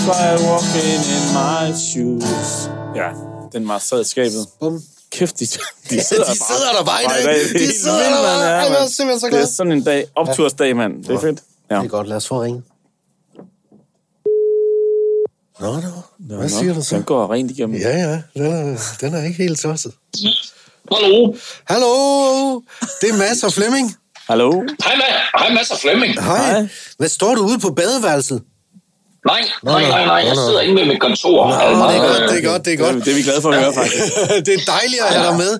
Speaker 1: Try walking in my shoes. Ja, den var sad i skabet.
Speaker 3: Bum.
Speaker 1: Kæft, de, de
Speaker 3: Ja,
Speaker 1: sidder,
Speaker 3: de sidder der bare i dag.
Speaker 1: det er
Speaker 3: De
Speaker 1: helt
Speaker 3: sidder
Speaker 1: vildt,
Speaker 3: der bare.
Speaker 1: mand. Ja,
Speaker 3: Ej,
Speaker 1: mand.
Speaker 3: jeg er simpelthen så glad.
Speaker 1: Det er sådan en dag. Optursdag, mand. Det er fedt. Ja.
Speaker 3: Det er godt, lad os få ringe. Nå, nå.
Speaker 1: Nå,
Speaker 3: Hvad siger du så?
Speaker 1: Den går rent igennem.
Speaker 3: Ja, ja. Den er, den er ikke helt tosset.
Speaker 2: Hallo.
Speaker 3: Hallo! Det er Mads og Flemming.
Speaker 1: Hallo?
Speaker 2: Hej, Ma Hej Mads og Flemming.
Speaker 3: Hej.
Speaker 1: Hej.
Speaker 3: Hvad står du ude på badeværelset?
Speaker 2: Nej, nej,
Speaker 3: nå,
Speaker 2: nej, nej. Jeg
Speaker 3: nå, nå.
Speaker 2: sidder inde ved mit kontor. Nå,
Speaker 3: Åh, det er
Speaker 1: nej,
Speaker 3: godt, det er godt, det er godt.
Speaker 1: Det er vi glade for at høre, faktisk.
Speaker 3: [LAUGHS] det er dejligt at have dig med.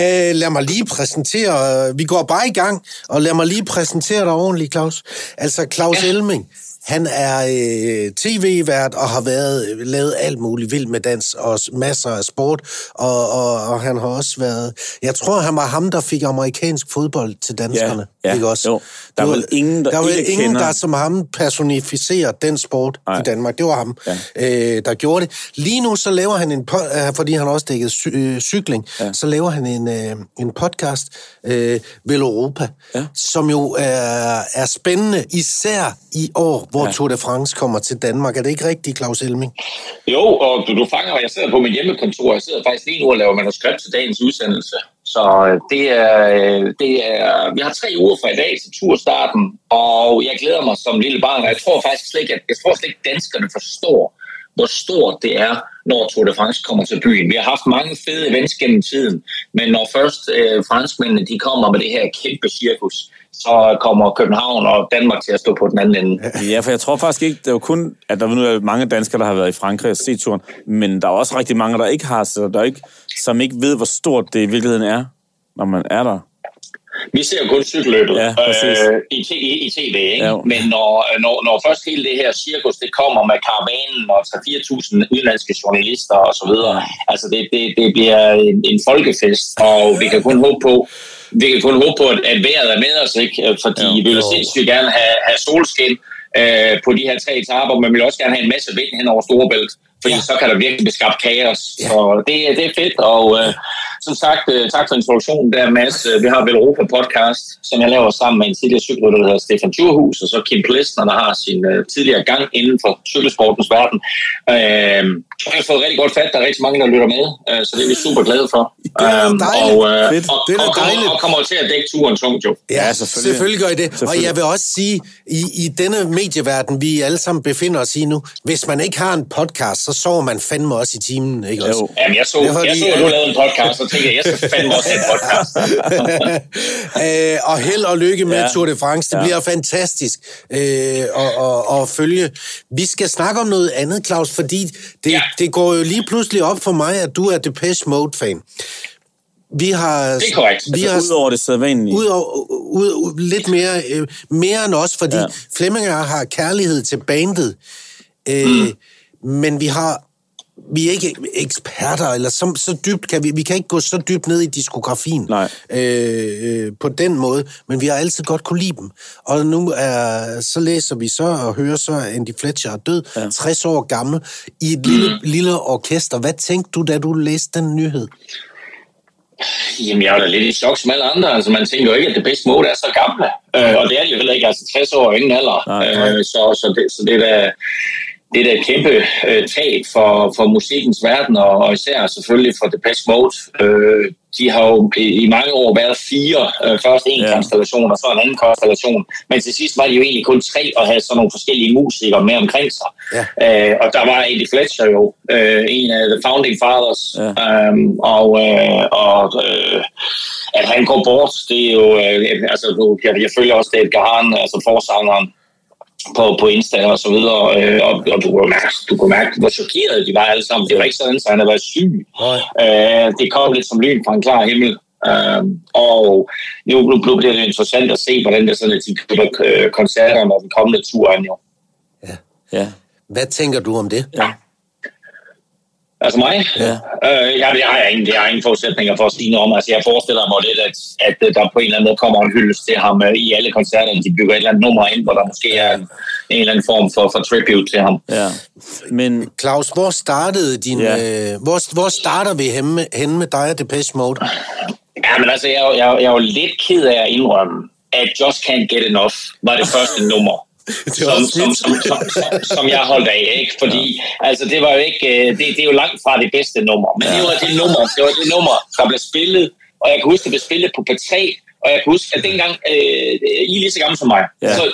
Speaker 3: Øh, lad mig lige præsentere, øh, vi går bare i gang, og lad mig lige præsentere dig ordentligt, Claus. Altså, Claus ja. Elming, han er øh, tv-vært og har været, øh, lavet alt muligt vild med dans og s- masser af sport, og, og, og han har også været... Jeg tror, han var ham, der fik amerikansk fodbold til danskerne.
Speaker 1: ja,
Speaker 3: ikke også?
Speaker 1: jo. Der er
Speaker 3: Det var-
Speaker 1: vel ingen, der
Speaker 3: der er vel
Speaker 1: ikke
Speaker 3: ingen,
Speaker 1: kender-
Speaker 3: der som ham personificerer den sport Nej.
Speaker 1: Nej.
Speaker 3: i Danmark. Det var ham, ja. øh, der gjorde det. Lige nu så laver han en, po- øh, fordi han også dækket cy- øh, cykling, ja. så laver han en, øh, en podcast, øh, Vel Europa, ja. som jo er, er spændende, især i år, hvor ja. Tour de France kommer til Danmark. Er det ikke rigtigt, Claus Elming?
Speaker 2: Jo, og du, du fanger mig. Jeg sidder på mit hjemmekontor. Jeg sidder faktisk lige nu og laver manuskript til dagens udsendelse. Så øh, det er, øh, det er, vi har tre uger fra i dag til turstarten, og jeg glæder mig som lille barn. Og jeg tror faktisk slet ikke, at jeg tror slet ikke danskerne forstår, hvor stort det er, når Tour de France kommer til byen. Vi har haft mange fede events gennem tiden, men når først øh, franskmændene de kommer med det her kæmpe cirkus, så kommer København og Danmark til at stå på den anden ende.
Speaker 1: [LAUGHS] Ja, for jeg tror faktisk ikke, det er jo kun, at der nu er mange danskere, der har været i Frankrig og set turen, men der er også rigtig mange, der ikke har, så der er ikke, som ikke ved, hvor stort det i virkeligheden er, når man er der.
Speaker 2: Vi ser jo kun cykelløbet
Speaker 1: Ja, præcis.
Speaker 2: øh, i, t- i, i tv, ikke?
Speaker 1: Ja.
Speaker 2: Ja. men når, når, når først hele det her cirkus det kommer med karavanen og 3-4.000 udenlandske journalister og så videre, altså det, det, det bliver en, en folkefest, og vi kan kun håbe på, vi kan kun håbe på, at, at vejret er med os, ikke? Øh, fordi
Speaker 1: Ja.
Speaker 2: ja. vi vil
Speaker 3: Jo.
Speaker 2: sindssygt gerne have, have solskin øh, på de her tre etaper, men vi vil også gerne have en masse vind hen over Storebælt, fordi
Speaker 3: Ja.
Speaker 2: ja. så kan der virkelig blive skabt kaos. Ja. Så det, er- det er fedt, og øh, som sagt, øh, tak for introduktionen der, Mads. Øh, Vi har Vel Europa podcast, som jeg laver sammen med en tidligere cykelrytter, der hedder Stefan Tjurhus, og så Kim Plesner, der har sin øh, tidligere gang inden for cykelsportens verden. Øh, og jeg har fået rigtig godt fat, der er rigtig mange, der lytter med, øh, så det er vi super glade for.
Speaker 3: Det er
Speaker 2: Øhm,
Speaker 3: dejligt.
Speaker 2: og, øh,
Speaker 1: Fedt.
Speaker 2: og,
Speaker 3: Det er da
Speaker 2: og, kommer,
Speaker 3: dejligt.
Speaker 2: og kommer til at dække turen tungt, jo.
Speaker 1: Ja, selvfølgelig.
Speaker 3: Selvfølgelig gør I det. Og
Speaker 1: Selvfølgelig.
Speaker 3: jeg vil også sige, i, i denne medieverden, vi alle sammen befinder os i nu, hvis man ikke har en podcast, så sover man fandme også i timen, ikke også?
Speaker 1: [LAUGHS]
Speaker 3: [LAUGHS]
Speaker 1: Jo.
Speaker 2: Jamen, jeg så,
Speaker 3: Det var
Speaker 2: jeg så
Speaker 3: lige-
Speaker 2: at du lavede en podcast, og tænkte, jeg, jeg skal fandme også have en podcast.
Speaker 3: øh, og held og lykke med ja.
Speaker 1: Ja.
Speaker 3: Tour de France. Det ja. bliver fantastisk øh, og, og, og følge. Vi skal snakke om noget andet, Claus, fordi det, ja.
Speaker 2: Ja.
Speaker 3: det går jo lige pludselig op for mig, at du er Depeche Mode-fan. Vi har,
Speaker 2: Det er korrekt.
Speaker 3: Vi
Speaker 1: Altså,
Speaker 3: har,
Speaker 1: Udover det sædvanlige.
Speaker 3: ud, over, ud, ud lidt mere, øh, mere end os, fordi ja.
Speaker 1: Ja.
Speaker 3: Flemming og jeg har kærlighed til bandet, øh, mm. men vi har vi er ikke eksperter, eller så, så dybt kan vi, vi kan ikke gå så dybt ned i diskografien
Speaker 1: Nej.
Speaker 3: Øh, øh, på den måde, men vi har altid godt kunne lide dem. Og nu er, så læser vi så og hører så, at Andy Fletcher er død, ja. 60 år gammel, i et lille, mm. lille orkester. Hvad tænkte du, da du læste den nyhed?
Speaker 2: Jamen, jeg var da lidt i chok som alle andre. Altså, man tænker jo ikke, at det bedste mode er så gamle. Øh, og det er de jo heller ikke. Altså, 60 år og ingen alder.
Speaker 1: Nej,
Speaker 2: Øh, så, så, det, så det er da det er da et kæmpe øh, tab for, for musikkens verden, og, og især selvfølgelig for Depeche Mode. Øh, de har jo i, i mange år været fire. Øh, først en
Speaker 1: Ja.
Speaker 2: ja. konstellation, og så en anden konstellation. Men til sidst var de jo egentlig kun tre, og havde så nogle forskellige musikere med omkring sig.
Speaker 3: Ja.
Speaker 2: Øh, og der var Andy Fletcher jo, øh, en af The Founding Fathers.
Speaker 1: Ja.
Speaker 2: Øhm, og øh, og øh, at han går bort, det er jo... Øh, altså, nu- jeg, jeg følger også Dave Gahan, altså forsangeren, på, på Insta og så videre, øh, og, og du, kunne mærke, du kunne mærke, hvor chokerede de var alle sammen. Det var ikke sådan, at han havde været syg.
Speaker 3: Nej.
Speaker 2: Øh, det kom lidt som lyn fra en klar himmel. Øh, og nu, nu bliver det interessant at se, hvordan det er sådan, at de køber øh, koncerterne og den kommende tur er jo.
Speaker 1: Ja.
Speaker 3: Hvad tænker du om det?
Speaker 1: Ja.
Speaker 2: Altså mig?
Speaker 1: Ja.
Speaker 2: Øh, jeg, jeg, har ingen, jeg har ingen forudsætninger for at sige noget om. Altså, jeg forestiller mig lidt, at, at øh, der på en eller anden måde kommer en hyldest til ham øh, i alle koncerterne. De bygger et eller andet nummer ind, hvor der måske er en, en eller anden form for, for tribute til ham.
Speaker 1: ja. Men
Speaker 3: Claus, hvor startede din...
Speaker 1: Ja.
Speaker 3: Ja. Øh, hvor, hvor starter vi henne, henne med dig og Depeche
Speaker 2: [LAUGHS]
Speaker 3: Mode?
Speaker 2: Ja, men altså, jeg, er jo- jeg, er jo- jeg er jo lidt ked af at indrømme, at Just Can't Get Enough var det første nummer.
Speaker 3: Det var
Speaker 2: som,
Speaker 3: også
Speaker 2: som,
Speaker 3: mit.
Speaker 2: som, som, som, som jeg holdt af, ikke? Fordi, ja. altså, det var jo ikke, øh, det, det er jo langt fra det bedste nummer, men ja. det var det nummer, det var det nummer, der blev spillet, og jeg kan huske, det blev spillet på P3, og jeg kan huske, at dengang, øh, I er lige så gammel som mig,
Speaker 1: Ja.
Speaker 2: ja. så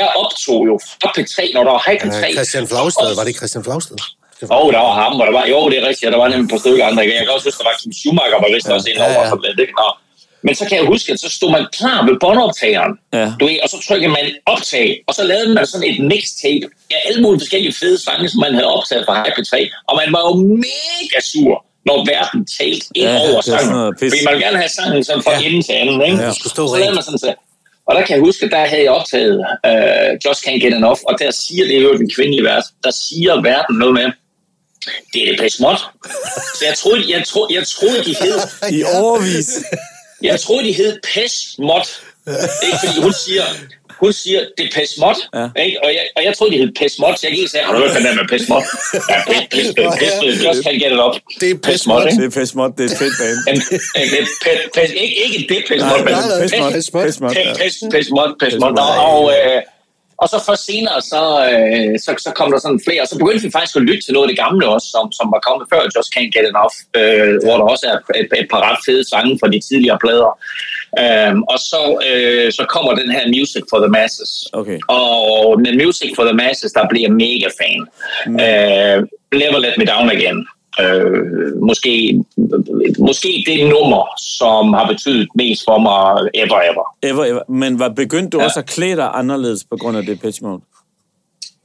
Speaker 2: jeg optog jo fra P3, når der var high P3.
Speaker 3: Øh, Christian Flagsted, var det Christian Flagsted?
Speaker 2: Åh, oh, der var ham, og der var, jo, det er rigtigt, og der var nemlig et par stykker andre. Jeg kan også huske, der var Kim Schumacher, var vist også en
Speaker 3: Ja,
Speaker 2: over.
Speaker 3: ja.
Speaker 2: Ja, ja. Men så kan jeg huske, at så stod man klar ved båndoptageren,
Speaker 1: Ja.
Speaker 2: du ved, og så trykkede man optag, og så lavede man sådan et mixtape af alle mulige forskellige fede sange, som man havde optaget fra Hype 3, og man var jo mega sur, når verden talte ind
Speaker 1: Ja,
Speaker 2: ja,
Speaker 1: det er
Speaker 2: over
Speaker 1: sådan
Speaker 2: sangen.
Speaker 1: noget pis.
Speaker 2: Fordi man vil gerne have sangen sådan fra
Speaker 3: Ja.
Speaker 2: ja. ende til anden, ikke?
Speaker 3: Ja, du skulle stå
Speaker 2: så
Speaker 3: rent.
Speaker 2: lavede man sådan så. Og der kan jeg huske, at der havde jeg optaget uh, Just Can't Get Enough, og der siger, det er jo den kvindelige vers, der siger verden noget med, det er det pisse småt. Så jeg troede, jeg troede, jeg troede, de hed,
Speaker 1: i overvis.
Speaker 2: jeg troede, de hed pisse småt. Ikke fordi hun siger, hun siger, det er pisse småt.
Speaker 1: Ja.
Speaker 2: Ikke? Og, jeg, og jeg troede, de hed pisse småt, så jeg gik og sagde, har du hørt den der med pisse småt? Ja, pisse, pisse, pisse, just can't get it up.
Speaker 3: Det er pisse småt,
Speaker 2: ikke?
Speaker 1: Det er pisse småt, det er et fedt band.
Speaker 2: Jamen, jamen, det er pisse- pisse- Ikke ikke det pisse småt, men
Speaker 3: nej, nej.
Speaker 1: Pisse småt,
Speaker 3: Pisse småt.
Speaker 1: pisse småt, ja.
Speaker 2: Pis, pis, pis, mod, pis, mod.
Speaker 1: mod.
Speaker 2: Og, øh, og så først senere, så, øh, så, så kom der sådan flere, og så begyndte vi faktisk at lytte til noget af det gamle også, som, som var kommet før, Just Can't Get Enough, øh, hvor der også er et, et par ret fede sange fra de tidligere plader. Øhm, og så, øh, så kommer den her Music for the Masses.
Speaker 1: Okay.
Speaker 2: Og med Music for the Masses, der bliver jeg mega fan. Mm. Øh, Never Let Me Down Again. Øh, måske, måske det nummer, som har betydet mest for mig ever, ever.
Speaker 1: Ever, ever. Men var begyndt du også at klæde dig anderledes på grund af det pitch mode?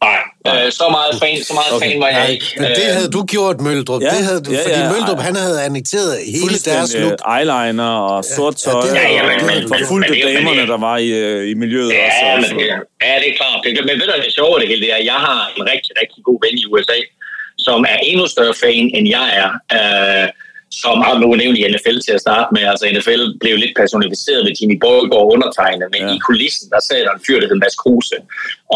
Speaker 2: Nej, øh, så meget fan, så meget
Speaker 1: Okay.
Speaker 2: okay. fan var jeg ikke. Øh,
Speaker 3: Men det havde du gjort, Møldrup.
Speaker 1: Ja,
Speaker 3: Ja, det havde du,
Speaker 1: ja,
Speaker 3: fordi
Speaker 1: ja.
Speaker 3: Møldrup, han havde annekteret hele deres look.
Speaker 1: øh, eyeliner og sort
Speaker 3: Ja,
Speaker 1: tøj
Speaker 3: det-
Speaker 2: Ja, ja, men-
Speaker 1: og
Speaker 2: men-
Speaker 1: forfulgte
Speaker 2: men- men- men-
Speaker 1: damerne, der var i, øh, i miljøet også. altså.
Speaker 2: Ja,
Speaker 1: og
Speaker 2: men
Speaker 1: sådan
Speaker 2: det,
Speaker 1: noget.
Speaker 2: ja, det er klart. Det, men ved du, det sjove af det hele det er, at jeg har en rigtig, rigtig god ven i USA, som er endnu større fan, end jeg er. Øh, som har nu nævnt i NFL til at starte med. Altså NFL blev lidt personificeret ved Jimmy Borggaard undertegnet, men
Speaker 1: Ja.
Speaker 2: ja. i kulissen, der sad der en fyr, der hed Mads Kruse.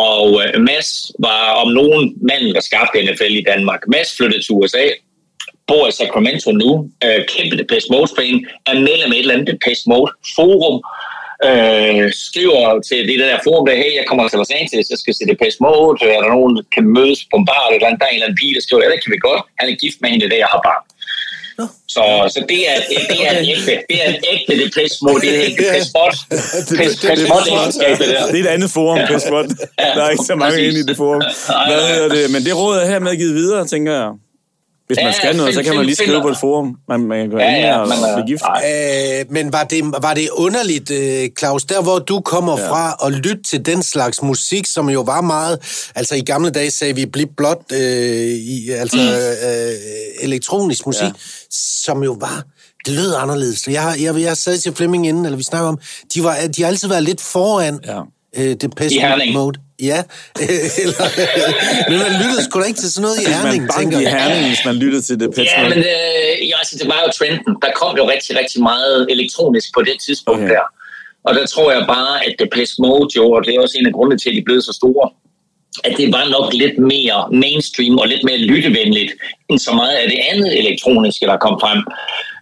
Speaker 2: Og øh, Mads var om nogen manden, der skabte NFL i Danmark. Mads flyttede til USA, bor i Sacramento nu, øh, kæmpe Depeche Mode-fan, er medlem af et eller andet Depeche Mode-forum, øh, skriver til det der forum, der, hey, jeg kommer til Los Angeles, jeg skal se Depeche Mode, er der nogen, der kan mødes på en bar, eller et eller andet, der er en eller anden pige, der skriver, ja, det kan vi godt, han er gift med hende, i dag, jeg har barn. Så, så det er, det, det er en ægte, det er en ægte Depeche Mode, det er
Speaker 1: [LAUGHS]
Speaker 2: en ægte Depeche Mode, Depeche Mode-ægteskab, det der.
Speaker 1: Det er et andet forum, ja. Pitch mode. [LAUGHS] Der er ikke så mange
Speaker 2: præcis.
Speaker 1: inde i det forum.
Speaker 2: nej,
Speaker 1: Hvad
Speaker 2: nej.
Speaker 1: hedder det? Men det råd er hermed givet videre, tænker jeg. Hvis man
Speaker 2: Ja,
Speaker 1: skal noget, så
Speaker 2: find-
Speaker 1: kan man lige
Speaker 2: find-
Speaker 1: skrive
Speaker 2: find-
Speaker 1: på et forum. Man, man kan gå
Speaker 2: Ja,
Speaker 1: ind
Speaker 2: ja,
Speaker 1: og
Speaker 2: men, øh,
Speaker 1: blive gift.
Speaker 2: nej.
Speaker 3: [LAUGHS] Øh, men var det, var det underligt, øh, Claus, der hvor du kommer
Speaker 1: Ja.
Speaker 3: ja. fra, at lytte til den slags musik, som jo var meget... Altså i gamle dage sagde vi, bliv blot øh, i, altså, øh, elektronisk musik,
Speaker 1: Mm. Ja.
Speaker 3: ja. som jo var... Det lød anderledes. Jeg, har- jeg, jeg sad til Flemming inden, eller vi snakker om, de, var, de har altid været lidt foran
Speaker 1: Ja.
Speaker 3: ja. øh, det
Speaker 2: I
Speaker 3: pæste
Speaker 2: Herning.
Speaker 3: mode. Ja, [LAUGHS] eller, [LAUGHS] men man lyttede sgu da ikke til sådan noget i
Speaker 1: Man
Speaker 3: Herning,
Speaker 1: bank
Speaker 3: tænker
Speaker 1: i
Speaker 3: jeg.
Speaker 1: herning, hvis man lytter til det pitch
Speaker 2: Ja, men
Speaker 1: mode.
Speaker 2: øh, ja, altså, det var jo trenden. Der kom jo rigtig, rigtig meget elektronisk på det tidspunkt
Speaker 1: Okay.
Speaker 2: okay. der. Og der tror jeg bare, at det Depeche Mode jo, og det er også en af grundene til, at de blev så store, at det var nok lidt mere mainstream og lidt mere lyttevenligt end så meget af det andet elektroniske, der kom frem.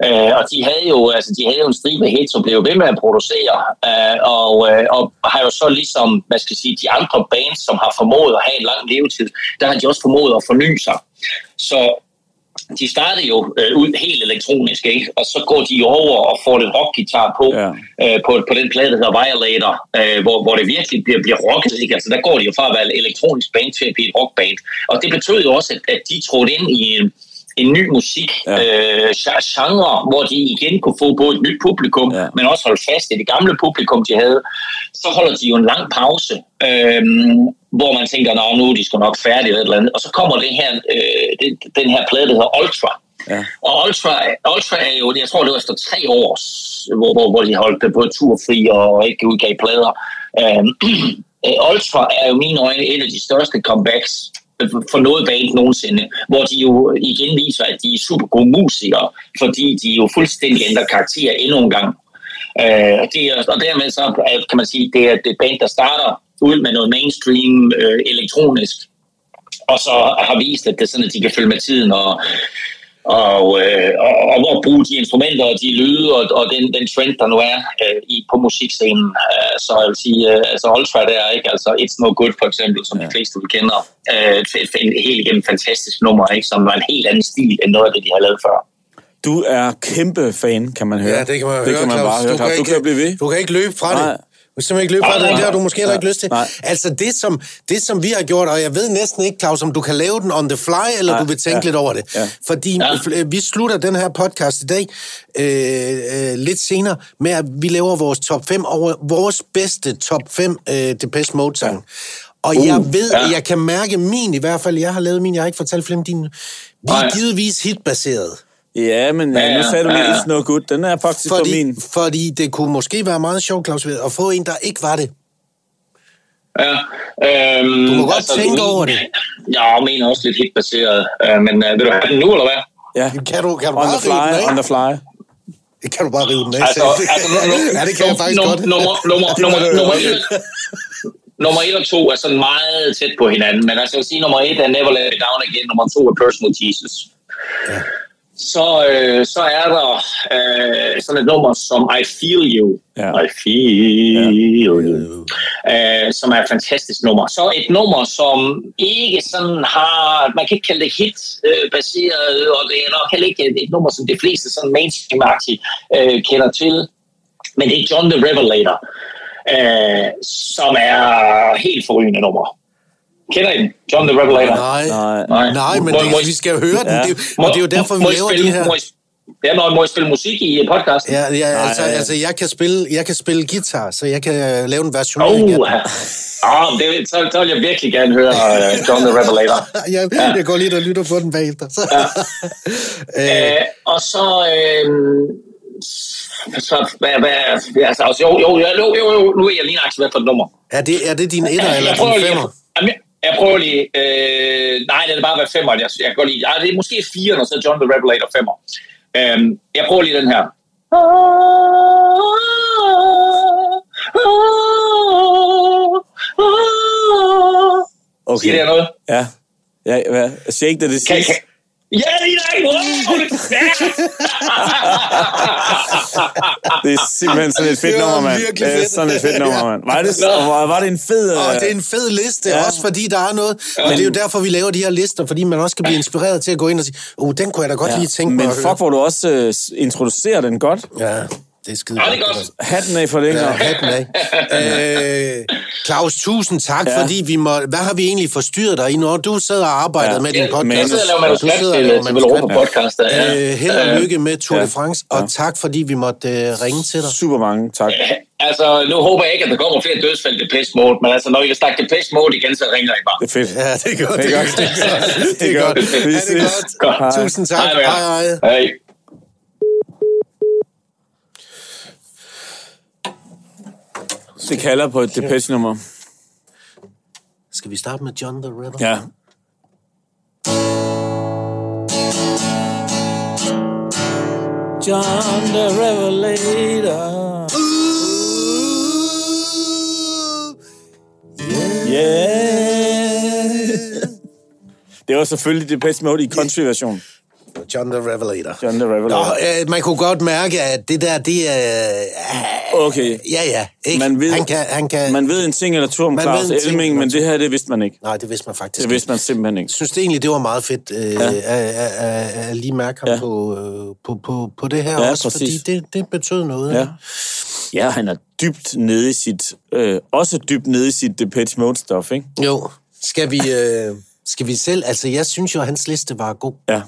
Speaker 2: Øh, og de havde jo altså, de havde jo en stribe hits, som blev jo ved med at producere, øh, og, øh, og har jo så ligesom, hvad skal jeg sige, de andre bands, som har formået at have en lang levetid, der har de også formået at forny sig. Så de startede jo øh, ud helt elektronisk, ikke? og så går de over og får lidt rockguitar på,
Speaker 1: Ja.
Speaker 2: ja. øh, på, på den plade, der hedder Violator, øh, hvor, hvor det virkelig bliver, bliver rocket. Ikke? Altså, der går de jo fra at være et elektronisk band til at blive et rockband. Og det betød jo også, at, at de trådte ind i en, en ny musik,
Speaker 1: Ja.
Speaker 2: ja. øh, gen- genre, hvor de igen kunne få både et nyt publikum,
Speaker 1: Ja.
Speaker 2: ja. men også holde fast i det gamle publikum, de havde. Så holder de jo en lang pause, øh, hvor man tænker, at nu er de sgu nok færdige eller et eller andet. Og så kommer det her, øh, det, den her plade, der hedder Ultra.
Speaker 1: Ja.
Speaker 2: Og Ultra, Ultra er jo, jeg tror det var efter tre år, hvor, hvor, hvor de holdt det både turfri og ikke udgav plader. Øhm, [CLEARS THROAT] øh, Ultra er jo i mine øjne et af de største comebacks for noget band nogensinde, hvor de jo igen viser, at de er super gode musikere, fordi de jo fuldstændig ændrer karakter endnu en gang. Øh, og, det er, og dermed så er- kan man sige, det er det band, der starter ud med noget mainstream øh, elektronisk, og så har vist, at det er sådan, at de kan følge med tiden og, og, øh, og, og, og bruge de instrumenter og de lyde og, og den, den trend, der nu er øh, i, på musikscenen. Øh, så jeg vil sige, øh, altså Ultra der, ikke? Altså It's No Good for eksempel, som ja. de fleste vil kende. Øh, et, et, et helt igennem fantastisk nummer, ikke? Som var en helt anden stil end noget af det, de har lavet før.
Speaker 1: Du er kæmpe fan, kan man høre.
Speaker 3: Ja, det kan man
Speaker 1: det
Speaker 3: høre,
Speaker 1: kan man
Speaker 3: Claus.
Speaker 1: bare høre, Claus. Du, du kan blive ved.
Speaker 3: Du kan ikke løbe fra
Speaker 1: Nej.
Speaker 3: det. Du kan simpelthen ikke løbe fra
Speaker 2: Nej,
Speaker 3: det,
Speaker 2: nej,
Speaker 3: det har du
Speaker 2: nej.
Speaker 3: måske heller ikke lyst til.
Speaker 1: Nej.
Speaker 3: Altså det som, det, som vi har gjort, og jeg ved næsten ikke, Claus, om du kan lave den on the fly, eller
Speaker 1: Nej,
Speaker 3: du vil tænke
Speaker 1: ja.
Speaker 3: lidt over det.
Speaker 1: Ja.
Speaker 3: Fordi
Speaker 2: Ja.
Speaker 3: øh, vi slutter den her podcast i dag øh, øh, lidt senere med, at vi laver vores top 5 over vores bedste top 5 øh, Depeche Mode-sang. Og uh, jeg ved,
Speaker 2: ja.
Speaker 3: ja. jeg kan mærke min, i hvert fald, jeg har lavet min, jeg har ikke fortalt flere om din. Vi er
Speaker 2: Nej.
Speaker 3: givetvis hitbaseret.
Speaker 1: Ja, men
Speaker 2: Ja,
Speaker 1: ja, nu
Speaker 2: ja,
Speaker 1: sagde du
Speaker 2: ja,
Speaker 1: lige,
Speaker 2: ja.
Speaker 1: it's no good. Den er faktisk på
Speaker 3: Fordi,
Speaker 1: min.
Speaker 3: fordi det kunne måske være meget sjovt, Claus, ved at få en, der ikke var det.
Speaker 2: Ja, øhm,
Speaker 3: Du må godt tænke over det.
Speaker 2: Ja, jeg mener også lidt hitbaseret. Øh, men øh, vil du have den nu, eller hvad?
Speaker 1: Ja.
Speaker 3: Kan du, kan du
Speaker 1: On
Speaker 3: bare
Speaker 1: the
Speaker 3: rive den
Speaker 1: fly,
Speaker 3: af?
Speaker 1: on the fly.
Speaker 3: Kan du bare rive den af? [LAUGHS]
Speaker 2: Altså,
Speaker 3: selv?
Speaker 2: altså, nu- nu-
Speaker 3: ja, det kan jeg
Speaker 2: nu-
Speaker 3: faktisk
Speaker 2: nu-
Speaker 3: godt.
Speaker 2: Nummer, nummer,
Speaker 3: Det må
Speaker 2: nummer,
Speaker 3: du jo
Speaker 2: nummer,
Speaker 3: også.
Speaker 2: et, nummer et og to er sådan meget tæt på hinanden, men altså jeg vil sige, nummer et er Never Let Me Down Again, nummer to er Personal Jesus. Så, øh, så er der øh, sådan et nummer som I Feel You.
Speaker 1: Ja.
Speaker 2: I Feel You øh, som er et fantastisk nummer. Så et nummer, som ikke sådan har, man kan ikke kalde det hit-baseret, og det er nok heller ikke et, et nummer, som de fleste sådan mainstream øh, kender til, men det er John the Revelator, øh, som er helt forrygende nummer. Kender I den? John the Revelator?
Speaker 3: Nej,
Speaker 1: Nej.
Speaker 2: Nej.
Speaker 3: nej, men
Speaker 2: Må- må
Speaker 3: det,
Speaker 2: I-
Speaker 3: vi skal jo høre den.
Speaker 1: Ja.
Speaker 3: Det, og det er jo derfor, vi
Speaker 2: må I
Speaker 3: laver
Speaker 2: spille,
Speaker 3: det her.
Speaker 2: Må I, ja, må, må I spille musik i øh, podcasten?
Speaker 3: Ja, ja, altså,
Speaker 1: Nej, ja, ja.
Speaker 3: altså jeg, kan spille, jeg kan spille guitar, så jeg kan øh, lave en version.
Speaker 2: Oh,
Speaker 3: af den. [LAUGHS]
Speaker 2: ja. Ah, men det, så, så vil jeg virkelig gerne høre øh, John the Revelator.
Speaker 3: jeg, jeg går lige og lytter på den bagefter. Så. [LAUGHS] øh,
Speaker 2: Øh, og så... Øh, så hvad, hvad, altså, altså, jo, jo, jo, jo, jo, jo, nu er jeg lige nøjagtig, hvad for et nummer.
Speaker 3: er, det, er det din etter eller
Speaker 2: jeg
Speaker 3: din
Speaker 2: prøver lige...
Speaker 3: femmer?
Speaker 2: Jamen, Jeg, jeg prøver lige... Øh, nej, det er bare være femmer. Jeg, jeg kan godt lide... Ej, det er måske fire, og så John the Revelator femmer. Øhm, jeg prøver lige den her. Siger
Speaker 1: Okay.
Speaker 2: det her noget?
Speaker 1: Ja. Ja, hvad? Shake the
Speaker 2: Kan,
Speaker 1: disease.
Speaker 2: kan. Ja, lige nej! Wow, det er stærkt!
Speaker 1: Det er simpelthen sådan et fedt
Speaker 3: Det var
Speaker 1: nummer, mand.
Speaker 3: virkelig
Speaker 1: Det er
Speaker 3: fedt.
Speaker 1: sådan et fedt nummer,
Speaker 3: Ja.
Speaker 1: mand. Var det,
Speaker 2: Nå.
Speaker 1: og var det en fed...
Speaker 3: Og det er
Speaker 1: øh,
Speaker 3: en fed liste,
Speaker 1: Ja.
Speaker 3: ja. også fordi der er noget. Og det er jo derfor, vi laver de her lister, fordi man også kan blive inspireret til at gå ind og sige, oh, den kunne jeg da godt ja. lige tænke mig
Speaker 1: Men
Speaker 3: at
Speaker 1: fuck, hvor du også øh, s- introducerer den godt.
Speaker 3: høre. Ja, det er skide
Speaker 2: Ja, det er godt.
Speaker 1: Hatten af for det,
Speaker 3: Ja,
Speaker 1: Claus.
Speaker 3: hatten
Speaker 1: [LAUGHS]
Speaker 3: af. Øh, Claus, tusind tak,
Speaker 1: Ja.
Speaker 3: ja. fordi vi må... Hvad har vi egentlig forstyrret dig i, når du sidder og arbejder ja, med din
Speaker 2: Jeg-
Speaker 3: podcast?
Speaker 2: Jeg sidder og laver
Speaker 3: Du sidder og laver
Speaker 2: manuskript til Velropa podcast.
Speaker 3: manuskript.
Speaker 2: Øhm, Ja.
Speaker 3: Øh, held og lykke med Tour
Speaker 1: Ja.
Speaker 3: de France, og tak, fordi vi måtte øh, ringe til dig.
Speaker 1: Super mange, tak.
Speaker 2: Altså, nu håber jeg ikke, at der kommer flere dødsfald til Pest Mode, men altså, når I kan snakke til Pest Mode igen, så ringer I bare.
Speaker 1: Det er fedt.
Speaker 3: Ja, det er godt.
Speaker 1: Det er godt.
Speaker 3: Det er godt.
Speaker 1: Vi
Speaker 3: Ja, det er
Speaker 1: ses. Hej.
Speaker 3: godt. Tusind tak.
Speaker 2: Hej med jer.
Speaker 3: Hej, hej.
Speaker 2: Hej.
Speaker 1: Det kalder på et Depeche-nummer.
Speaker 3: Skal vi starte med John the River?
Speaker 1: Ja. John the Revelator. Yeah. Det var selvfølgelig Depeche Mode i country-version.
Speaker 3: John the Revelator.
Speaker 1: John the Revelator.
Speaker 3: Nå, øh, man kunne godt mærke, at det der, det er... Øh,
Speaker 1: Okay.
Speaker 3: ja, ja. Ikke?
Speaker 1: Man ved-
Speaker 3: han kan, han kan,
Speaker 1: Man ved en ting eller to om
Speaker 3: Man
Speaker 1: Claus
Speaker 3: ved en ting
Speaker 1: Elming,
Speaker 3: eller
Speaker 1: men det her, det vidste man ikke.
Speaker 3: Nej, det vidste man faktisk
Speaker 1: Det
Speaker 3: ikke.
Speaker 1: vidste man simpelthen ikke.
Speaker 3: Jeg synes det egentlig, det var meget fedt øh, ja. at, at, at, at lige mærke ham
Speaker 1: Ja.
Speaker 3: ja. på, øh, på, på, på det her
Speaker 1: Ja,
Speaker 3: ja, også,
Speaker 1: præcis.
Speaker 3: præcis. fordi det, det betød noget.
Speaker 1: Ja. Ja, han er dybt nede i sit... Øh, også dybt nede i sit Depeche Mode-stof, ikke?
Speaker 3: Jo. Skal vi, øh, skal vi selv... Altså, jeg synes jo, at hans liste var god,
Speaker 1: Ja,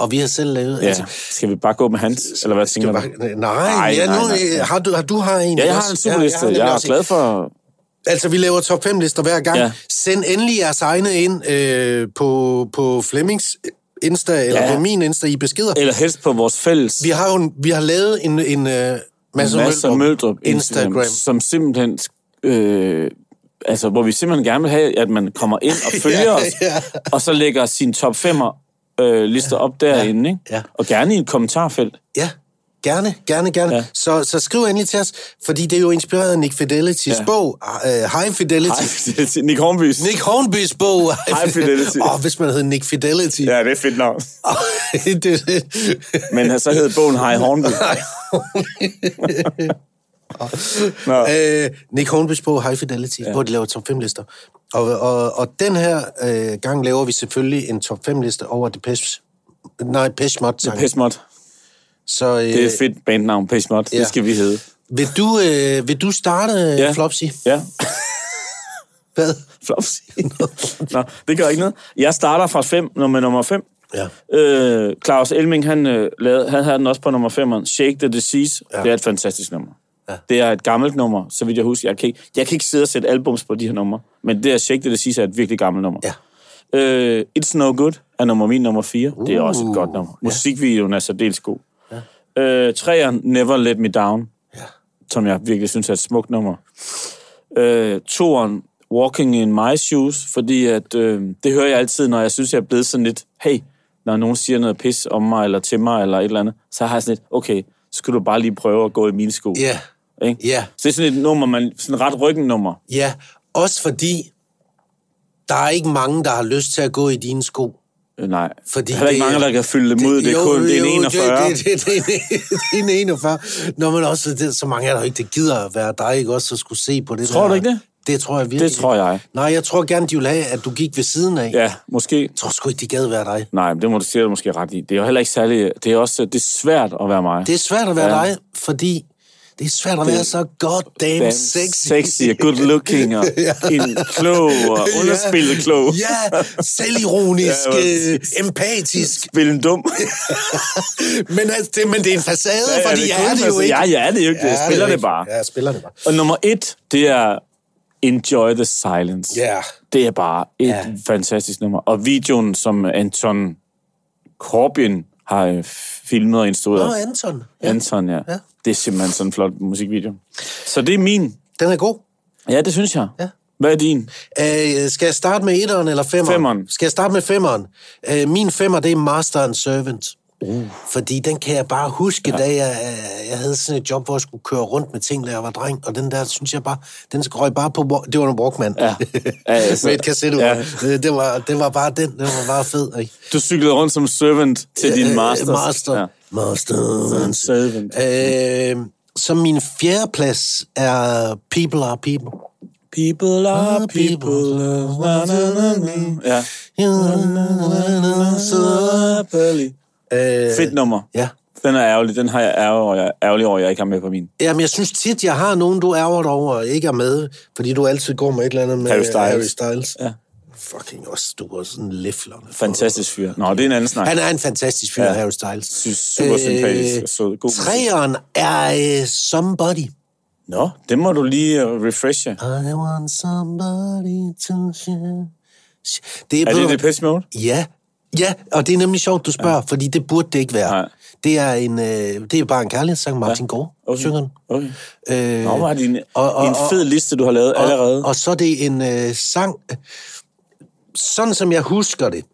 Speaker 3: og vi har selv lavet...
Speaker 1: ja.
Speaker 3: Altså,
Speaker 1: Skal vi bare gå med hans, eller hvad
Speaker 3: skal
Speaker 1: tænker
Speaker 3: vi
Speaker 1: du?
Speaker 3: bare, nej,
Speaker 1: Nej,
Speaker 3: nej, ja,
Speaker 1: nej,
Speaker 3: nu,
Speaker 1: nej.
Speaker 3: øh, Har du, har, du har en
Speaker 1: Ja, jeg har
Speaker 3: også.
Speaker 1: en superliste.
Speaker 3: nemlig
Speaker 1: jeg er
Speaker 3: også en.
Speaker 1: glad for...
Speaker 3: Altså, vi laver top 5 lister hver gang.
Speaker 1: Ja.
Speaker 3: Ja. Send endelig jeres egne ind øh, på, på Flemmings Insta, eller
Speaker 1: Ja.
Speaker 3: ja. på min Insta, i beskeder.
Speaker 1: Eller helst på vores fælles
Speaker 3: Vi har jo en, vi har lavet en, en uh, Mads og
Speaker 1: Mads og
Speaker 3: Møldrup
Speaker 1: Møldrup Instagram,
Speaker 3: Instagram.
Speaker 1: som simpelthen øh, altså, hvor vi simpelthen gerne vil have, at man kommer ind og følger
Speaker 3: [LAUGHS] Ja,
Speaker 1: ja, os,
Speaker 3: ja.
Speaker 1: og så lægger sin top 5'er øh, lister op derinde, ja, ikke?
Speaker 3: ja.
Speaker 1: Og gerne i et kommentarfelt.
Speaker 3: Ja, gerne, gerne, gerne. Ja.
Speaker 1: Ja.
Speaker 3: Så, så skriv endelig til os, fordi det er jo inspireret af Nick Fidelity's ja.
Speaker 1: Ja.
Speaker 3: bog, uh, High
Speaker 1: [LAUGHS]
Speaker 3: Fidelity.
Speaker 1: Ej,
Speaker 3: High.
Speaker 1: det er Nick Hornbys.
Speaker 3: Nick Hornbys bog.
Speaker 1: High Fidelity.
Speaker 3: Åh, oh, hvis man hed Nick Fidelity. Ja.
Speaker 1: Ja, det er fedt navn.
Speaker 3: [LAUGHS] det, det.
Speaker 1: [LAUGHS] Men så hed bogen High Hornby. Nå.
Speaker 3: [LAUGHS] Øh, Nick Hornbys bog, High Fidelity, ja. hvor de laver top 5-lister. Og, og, og den her øh, gang laver vi selvfølgelig en top 5-liste over Depeche... Nej, Depeche Mode-sang.
Speaker 1: Pesmod.
Speaker 3: Så øh,
Speaker 1: Det er et fedt bandnavn, Pesmod.
Speaker 3: Ja.
Speaker 1: Det skal vi hedde.
Speaker 3: vil, du, øh, vil du starte, ja.
Speaker 1: Ja.
Speaker 3: Flopsy?
Speaker 1: Ja,
Speaker 3: Hvad?
Speaker 1: [LAUGHS] flops. Nå, det gør ikke noget. Jeg starter fra 5, nummer nummer 5.
Speaker 3: Ja.
Speaker 1: Øh, Claus Elming, han, øh, lavede, han havde den også på nummer 5'eren. Shake the Disease. Ja. Det er et fantastisk nummer.
Speaker 3: Ja.
Speaker 1: Ja. Det er et gammelt nummer, så vidt jeg husker. Jeg kan, ikke, jeg kan ikke sidde og sætte albums på de her numre, men det her Shake the Disease er et virkelig gammelt nummer.
Speaker 3: Ja.
Speaker 1: Øh, It's No Good er nummer min nummer 4. Uh, det er også et godt nummer.
Speaker 3: ja.
Speaker 1: Musikvideoen er særdeles god. Ja. Øh, træeren Never Let Me Down,
Speaker 3: Ja.
Speaker 1: som jeg virkelig synes er et smukt nummer. Øh, toeren Walking in My Shoes, fordi at, øh, det hører jeg altid, når jeg synes, jeg er blevet sådan lidt, hey, når nogen siger noget pis om mig, eller til mig, eller et eller andet, så har jeg sådan lidt, okay, så skal du bare lige prøve at gå i mine sko.
Speaker 3: Ja.
Speaker 1: Ikke?
Speaker 3: Ja.
Speaker 1: Så det er sådan et nummer, man, sådan et ret ryggen nummer.
Speaker 3: Ja, også fordi, der er ikke mange, der har lyst til at gå i dine sko.
Speaker 1: Øh, nej, fordi
Speaker 3: Fordi
Speaker 1: der er ikke
Speaker 3: det-
Speaker 1: mange, der kan fylde dem ud. Det, er
Speaker 3: Jo,
Speaker 1: kun det er
Speaker 3: jo,
Speaker 1: en 41.
Speaker 3: Det, det, det, det, det er en 41. Nå, men også, det, er så mange er der ikke, der gider at være dig, ikke også, at skulle se på det
Speaker 1: Tror
Speaker 3: der.
Speaker 1: du ikke det?
Speaker 3: Det tror jeg virkelig.
Speaker 1: Det tror jeg.
Speaker 3: Nej, jeg tror gerne, de vil have, at du gik ved siden af.
Speaker 1: Ja, måske.
Speaker 3: Jeg tror sgu ikke, de gad være dig.
Speaker 1: Nej, men det må du sige, du måske ret i. Det er jo heller ikke særlig... Det er også det er svært at være mig.
Speaker 3: Det er svært at være ja.
Speaker 1: Ja.
Speaker 3: dig, fordi det er svært at være så goddamn
Speaker 1: Damn
Speaker 3: sexy.
Speaker 1: sexy og good looking
Speaker 3: [LAUGHS]
Speaker 1: og en klog og underspillet klog.
Speaker 3: Ja, selvironisk,
Speaker 1: [LAUGHS] Ja,
Speaker 3: øh,
Speaker 1: præcis.
Speaker 3: empatisk.
Speaker 1: Spille en dum.
Speaker 3: Men, altså, det, men det er en facade, ja, fordi jeg
Speaker 1: kun
Speaker 3: er det jo
Speaker 1: fast-
Speaker 3: ikke.
Speaker 1: [LAUGHS] Ja, jeg er det jo ikke.
Speaker 3: Ja,
Speaker 1: Jeg
Speaker 3: er
Speaker 1: spiller
Speaker 3: jo
Speaker 1: det
Speaker 3: ikke.
Speaker 1: bare.
Speaker 3: Ja, jeg spiller det bare.
Speaker 1: Og nummer et, det er Enjoy the Silence.
Speaker 3: Ja.
Speaker 1: Det er bare et
Speaker 3: Ja.
Speaker 1: ja. fantastisk nummer. Og videoen, som Anton Corbin har øh, filmet og instrueret.
Speaker 3: Nå, Anton. Ja.
Speaker 1: Anton, ja.
Speaker 3: Ja.
Speaker 1: ja. Det er simpelthen sådan en flot musikvideo. Så det er min.
Speaker 3: Den er god.
Speaker 1: Ja, det synes jeg.
Speaker 3: Ja.
Speaker 1: Hvad er din?
Speaker 3: Øh, skal jeg starte med etteren eller femeren?
Speaker 1: Femmeren.
Speaker 3: Skal jeg starte med femmeren? Øh, min femmer, det er Master and Servant. Uh. Fordi den kan jeg bare huske, ja. da jeg, øh, jeg havde sådan et job, hvor jeg skulle køre rundt med ting, da jeg var dreng. Og den der, synes jeg bare, den røg bare på... wa- Det var en Walkman. Ja.
Speaker 1: altså,
Speaker 3: [LAUGHS] med et kassettebånd.
Speaker 1: ja.
Speaker 3: Ja. Det, var, det var bare den. Den var bare fed. Ikke?
Speaker 1: Du cyklede rundt som servant til din
Speaker 3: Øh,
Speaker 1: masters.
Speaker 3: Master. Ja.
Speaker 1: Ja.
Speaker 3: Master and
Speaker 1: Servant.
Speaker 3: Øh, så min fjerde plads er People Are People.
Speaker 1: People are Ah, people. Na, na, na, na. Ja.
Speaker 3: Øh,
Speaker 1: Fedt nummer.
Speaker 3: Ja.
Speaker 1: Den er ærgerlig. Den har jeg ærger, og jeg er ærgerlig over, at jeg ikke har med på min.
Speaker 3: Jamen, jeg synes tit, jeg har nogen, du ærger dig over, og ikke er med, fordi du altid går med et eller andet med
Speaker 1: Harry Styles.
Speaker 3: Harry Styles.
Speaker 1: Ja.
Speaker 3: Fucking også, du er sådan leflerne.
Speaker 1: Fantastisk fyr. Nå, det er en anden snak.
Speaker 3: Han er en fantastisk fyr, ja.
Speaker 1: Ja.
Speaker 3: Harry Styles.
Speaker 1: Sy- super sympatisk og sød. God musik.
Speaker 3: Træeren er uh, Somebody.
Speaker 1: Nå, det må du lige øh, refreshe.
Speaker 3: I want somebody to share. Det er,
Speaker 1: Er
Speaker 3: ved
Speaker 1: det
Speaker 3: du-
Speaker 1: Depeche Mode?
Speaker 3: Ja, ja, og det er nemlig sjovt, du spørger, ja. fordi det burde det ikke være.
Speaker 1: Nej.
Speaker 3: Det er, en, øh, det er bare en kærlighedssang, Martin ja. Gård okay.
Speaker 1: Okay.
Speaker 3: synger den.
Speaker 1: Okay.
Speaker 3: Øh,
Speaker 1: Nå, var det en,
Speaker 3: og- og-
Speaker 1: en fed liste, du har lavet allerede.
Speaker 3: Og, og så er det en øh, sang, sådan som jeg husker det,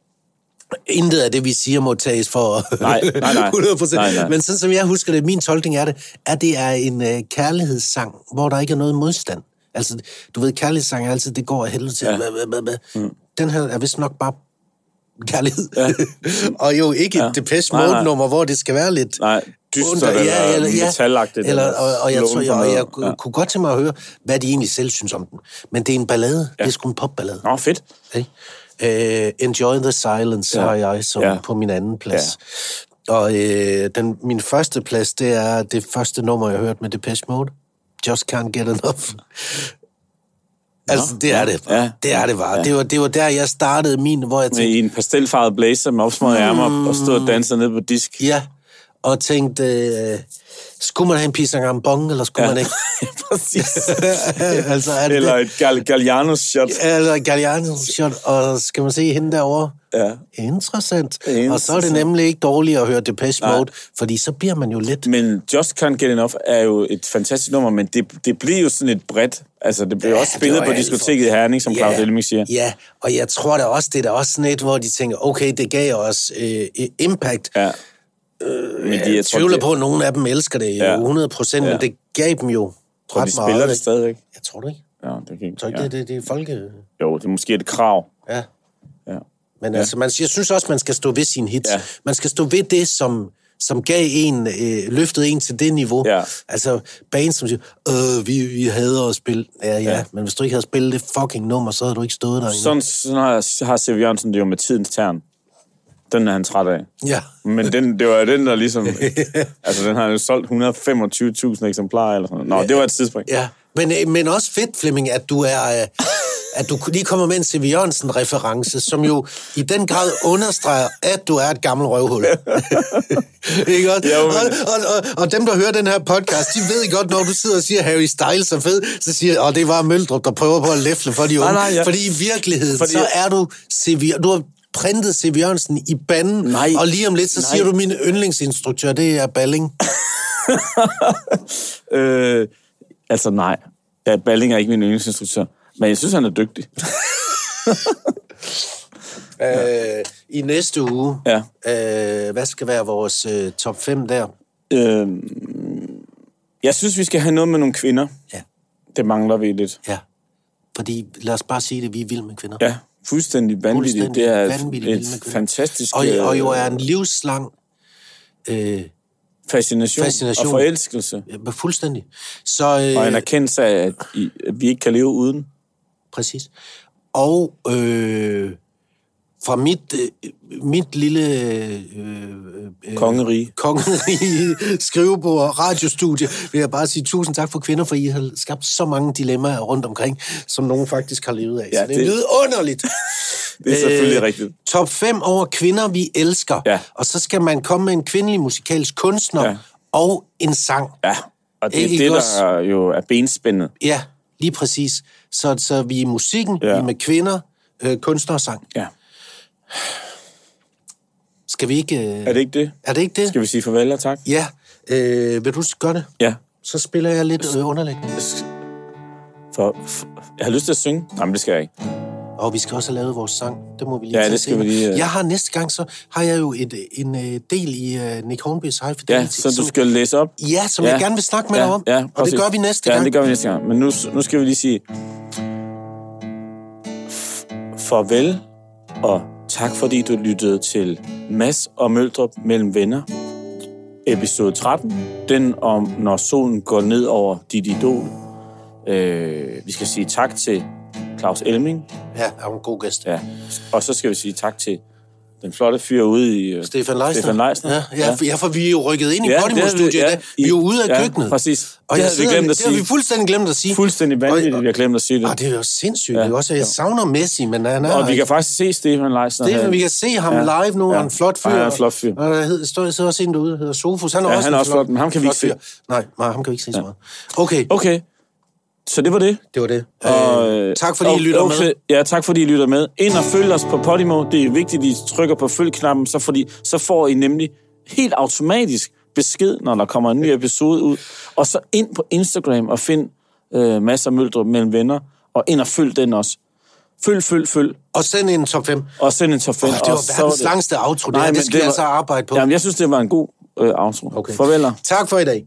Speaker 3: intet af det, vi siger, må tages for
Speaker 1: Nej, nej,
Speaker 3: [LAUGHS]
Speaker 1: nej.
Speaker 3: 100%,
Speaker 1: Nej, nej.
Speaker 3: men sådan som jeg husker det, min tolkning er det, at det er en øh, kærlighedssang, hvor der ikke er noget modstand. Altså, du ved, kærlighedssang er altid, det går af helvede til. Ja.
Speaker 1: Mm.
Speaker 3: Den her er vist nok bare kærlighed. Ja. [LAUGHS] og jo ikke ja. et Depeche
Speaker 1: Nej, nej.
Speaker 3: Mode-nummer, hvor det skal være lidt...
Speaker 1: Nej, dystert
Speaker 3: Under-
Speaker 1: eller metalagtigt,
Speaker 3: Eller,
Speaker 1: eller
Speaker 3: og, og jeg, tror,
Speaker 1: slående
Speaker 3: jeg,
Speaker 1: på
Speaker 3: og
Speaker 1: noget.
Speaker 3: jeg kunne,
Speaker 1: Ja.
Speaker 3: kunne godt tænke mig at høre, hvad de egentlig selv synes om den. Men det er en ballade. Ja. Det er sgu en popballade.
Speaker 1: Nå, fedt.
Speaker 3: Okay? Øh, Enjoy the Silence ja. har jeg som ja.
Speaker 1: Ja.
Speaker 3: på min anden plads. Ja. Og øh, den, min første plads, det er det første nummer, jeg hørte med Depeche Mode. Just Can't Get Enough. Altså, det er det.
Speaker 1: ja.
Speaker 3: Det er det bare. Ja. Det, var, det var der, jeg startede min, hvor jeg tænkte,
Speaker 1: Med en pastelfarvet blazer med opsmøget ærmer og stod og dansede ned på disk.
Speaker 3: Mm. Ja, og tænkte, øh, skulle man have en pisangambong, eller skulle
Speaker 1: [LAUGHS]
Speaker 3: ja. man ikke?
Speaker 1: Præcis.
Speaker 3: [LAUGHS] altså, er det
Speaker 1: Eller
Speaker 3: Eller...
Speaker 1: et Gal- Galliano-shot.
Speaker 3: Eller Galliano shot, og skal man se hende derovre?
Speaker 1: Ja.
Speaker 3: Interessant.
Speaker 1: Interessant.
Speaker 3: Og så er det nemlig ikke dårligt at høre Depeche Mode, fordi så bliver man jo lidt...
Speaker 1: Men Just Can't Get Enough er jo et fantastisk nummer, men det, det blev jo sådan et bredt... Altså, det blev ja,
Speaker 3: Ja,
Speaker 1: også
Speaker 3: det
Speaker 1: spillet
Speaker 3: var
Speaker 1: på
Speaker 3: alt
Speaker 1: diskoteket i Herning, som Claus Elming siger.
Speaker 3: Ja, Øh, og jeg tror da også, det er da også sådan et, hvor de tænker, okay, det gav os øh, impact.
Speaker 1: Ja. Øh, men de,
Speaker 3: Jeg
Speaker 1: jeg tror,
Speaker 3: tvivler
Speaker 1: de,
Speaker 3: på, at nogen af dem elsker det
Speaker 1: Ja.
Speaker 3: ja. 100 procent, ja.
Speaker 1: Ja.
Speaker 3: men det gav dem jo
Speaker 1: tror, de spiller det stadigvæk.
Speaker 3: Jeg tror det ikke.
Speaker 1: Ja, det kan,
Speaker 3: Jeg tror ikke,
Speaker 1: ja.
Speaker 3: det, det, det er folke...
Speaker 1: Jo, det er måske et krav.
Speaker 3: Ja.
Speaker 1: Ja.
Speaker 3: Men ja. altså, man, jeg synes også, man skal stå ved sine hits.
Speaker 1: Ja.
Speaker 3: Ja. Man skal stå ved det, som, som gav en, øh, løftede en til det niveau.
Speaker 1: Ja.
Speaker 3: Altså, bands, som siger, øh, vi, vi hader at spille. Ja, ja, ja, men hvis du ikke havde spillet det fucking nummer, så havde du ikke stået der
Speaker 1: Sådan, sådan har, har C.V. Jørgensen det jo med tidens tern. Den er han træt af.
Speaker 3: Ja.
Speaker 1: Men den, det var jo den, der
Speaker 3: [LAUGHS]
Speaker 1: ligesom... altså, den har jo solgt 125.000 eksemplarer eller sådan noget. Nå, det var et tidspunkt.
Speaker 3: ja. Men, øh, men også fedt, Flemming, at du er... Øh, at du lige kommer med en C.V. Jørgensen-reference, som jo i den grad understreger, at du er et gammelt
Speaker 1: [LAUGHS]
Speaker 3: røvhul. ikke også?
Speaker 1: Jo,
Speaker 3: og,
Speaker 1: men-
Speaker 3: og, og, og dem, der hører den her podcast, de ved godt, når du sidder og siger, Harry Styles er fed, så siger jeg, at det var Møldrup, der prøver på at læfle for de unge.
Speaker 1: nej, jeg-
Speaker 3: Fordi i virkeligheden,
Speaker 1: Fordi-
Speaker 3: Fordi... så er du CV... Du har printet C.V. Jørgensen i banden,
Speaker 1: Nej.
Speaker 3: og lige om lidt, så
Speaker 1: Nej.
Speaker 3: nej. siger du, min yndlingsinstruktør, det er Balling.
Speaker 1: Øh, altså, nej. Ja, Balling er ikke min yndlingsinstruktør. Men jeg synes, han er dygtig.
Speaker 3: Øh, I næste uge,
Speaker 1: Ja.
Speaker 3: øh, hvad skal være vores øh, top 5 der?
Speaker 1: Øh, jeg synes, vi skal have noget med nogle kvinder.
Speaker 3: Ja.
Speaker 1: Det mangler vi lidt.
Speaker 3: Ja. Fordi, lad os bare sige det, vi er vilde med kvinder.
Speaker 1: Ja, fuldstændig vanvittigt.
Speaker 3: Fuldstændig
Speaker 1: Det er
Speaker 3: vanvittigt vilde med
Speaker 1: et
Speaker 3: kvinder.
Speaker 1: fantastisk
Speaker 3: Og, og jo er
Speaker 1: øh,
Speaker 3: en livslang... Øh,
Speaker 1: fascination, fascination
Speaker 3: fascination.
Speaker 1: og forelskelse.
Speaker 3: ja, fuldstændig. Så, øh,
Speaker 1: Og en erkendelse af, at, I, at vi ikke kan leve uden.
Speaker 3: Præcis. Og øh, fra mit, øh, mit lille øh, øh,
Speaker 1: Kongerige.
Speaker 3: kongerige [LAUGHS] skrivebord og radiostudie, vil jeg bare sige tusind tak for kvinder, for I har skabt så mange dilemmaer rundt omkring, som nogen faktisk har levet af.
Speaker 1: Ja,
Speaker 3: Ja, så det,
Speaker 1: det-
Speaker 3: det er vidunderligt.
Speaker 1: Det
Speaker 3: Øh,
Speaker 1: er selvfølgelig rigtigt.
Speaker 3: Top 5 over kvinder, vi elsker.
Speaker 1: Ja.
Speaker 3: Og så skal man komme med en kvindelig musikalsk kunstner
Speaker 1: Ja.
Speaker 3: ja. og en sang.
Speaker 1: Ja, og det er
Speaker 3: Ikke
Speaker 1: det,
Speaker 3: også?
Speaker 1: der jo er benspændet.
Speaker 3: Ja, lige præcis. Så, så vi er i musikken,
Speaker 1: Ja.
Speaker 3: ja. vi er med kvinder, øh, kunstner og sang.
Speaker 1: Ja.
Speaker 3: Skal vi ikke... Øh...
Speaker 1: Er det ikke det?
Speaker 3: er det ikke det?
Speaker 1: Skal vi sige farvel og tak?
Speaker 3: Ja. Øh, vil du gøre det?
Speaker 1: Ja.
Speaker 3: Så spiller jeg lidt øh, underlægning.
Speaker 1: For, for, jeg har lyst til at synge. Nej, men det skal jeg ikke.
Speaker 3: Og vi skal også have lavet vores sang. Det må vi lige
Speaker 1: Ja,
Speaker 3: tage
Speaker 1: det skal vi
Speaker 3: senere.
Speaker 1: lige, øh.
Speaker 3: Jeg har næste gang, så har jeg jo et, øh, en øh, del i øh, Nick Hornbys High Fidelity.
Speaker 1: Ja, så du
Speaker 3: som-
Speaker 1: skal læse op.
Speaker 3: Ja, som
Speaker 1: ja.
Speaker 3: ja. jeg gerne vil snakke med
Speaker 1: ja,
Speaker 3: dig om.
Speaker 1: Ja,
Speaker 3: og
Speaker 1: præcis.
Speaker 3: det gør vi næste
Speaker 1: ja,
Speaker 3: gang.
Speaker 1: det gør vi næste gang. Men nu, nu skal vi lige sige... f- Farvel, og tak fordi du lyttede til Mads og Møldrup mellem venner. Episode 13. Den om, når solen går ned over dit idol. Øh, vi skal sige tak til Claus Elming.
Speaker 3: Ja, han er en god gæst.
Speaker 1: Ja. Og så skal vi sige tak til den flotte fyr ude i... øh,
Speaker 3: Stefan Leisner.
Speaker 1: Stefan Leisner.
Speaker 3: Ja, ja, ja. For, ja, for vi er jo rykket ind i
Speaker 1: Ja,
Speaker 3: ja,
Speaker 1: det er vi-
Speaker 3: Podimo-studiet
Speaker 1: ja,
Speaker 3: ja, Vi er jo ude af
Speaker 1: i- ja,
Speaker 3: køkkenet.
Speaker 1: præcis.
Speaker 3: Og
Speaker 1: Det
Speaker 3: jeg
Speaker 1: havde vi
Speaker 3: sidder-
Speaker 1: glemt at
Speaker 3: Det
Speaker 1: sige.
Speaker 3: har vi fuldstændig glemt at sige.
Speaker 1: Fuldstændig vanvittigt, vi har glemt at sige det.
Speaker 3: Og ah, det er jo sindssygt. Ja. Også, jeg savner Messi, men han er
Speaker 1: Og vi kan faktisk se Stefan Leisner.
Speaker 3: Det,
Speaker 1: her.
Speaker 3: er, vi kan se ham
Speaker 1: Ja.
Speaker 3: ja. live nu,
Speaker 1: Ja.
Speaker 3: ja. han er en flot fyr.
Speaker 1: Ja, han er en flot fyr.
Speaker 3: Og der hedder, står, sidder også en derude, der hedder Sofus. Han er
Speaker 1: Ja,
Speaker 3: også
Speaker 1: han er
Speaker 3: en
Speaker 1: også flot, men ham kan vi
Speaker 3: flot
Speaker 1: ikke se.
Speaker 3: fyr. Nej, nej, ham kan vi ikke se så meget. Okay,
Speaker 1: Okay, så det var det.
Speaker 3: det var det.
Speaker 1: Og,
Speaker 3: øh, tak fordi I lytter
Speaker 1: okay.
Speaker 3: med.
Speaker 1: Ja, tak fordi I lytter med. Ind og følg os på Podimo. Det er vigtigt, at I trykker på følg-knappen, så, fordi, så får I nemlig helt automatisk besked, når der kommer en ny episode ud. Og så ind på Instagram og find øh, masser af møldrup mellem venner, og ind og følg den også. Følg, følg, følg,
Speaker 3: Og send en top 5.
Speaker 1: og send en top 5.
Speaker 3: det var verdens langste outro. Det, her, det skal vi altså arbejde på.
Speaker 1: Jamen, jeg synes, det var en god øh, outro. Okay.
Speaker 3: Okay.
Speaker 1: Farveler.
Speaker 3: Tak for i dag.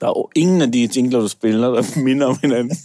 Speaker 1: Der er jo ingen af de jingler, du spiller, der minder om hinanden.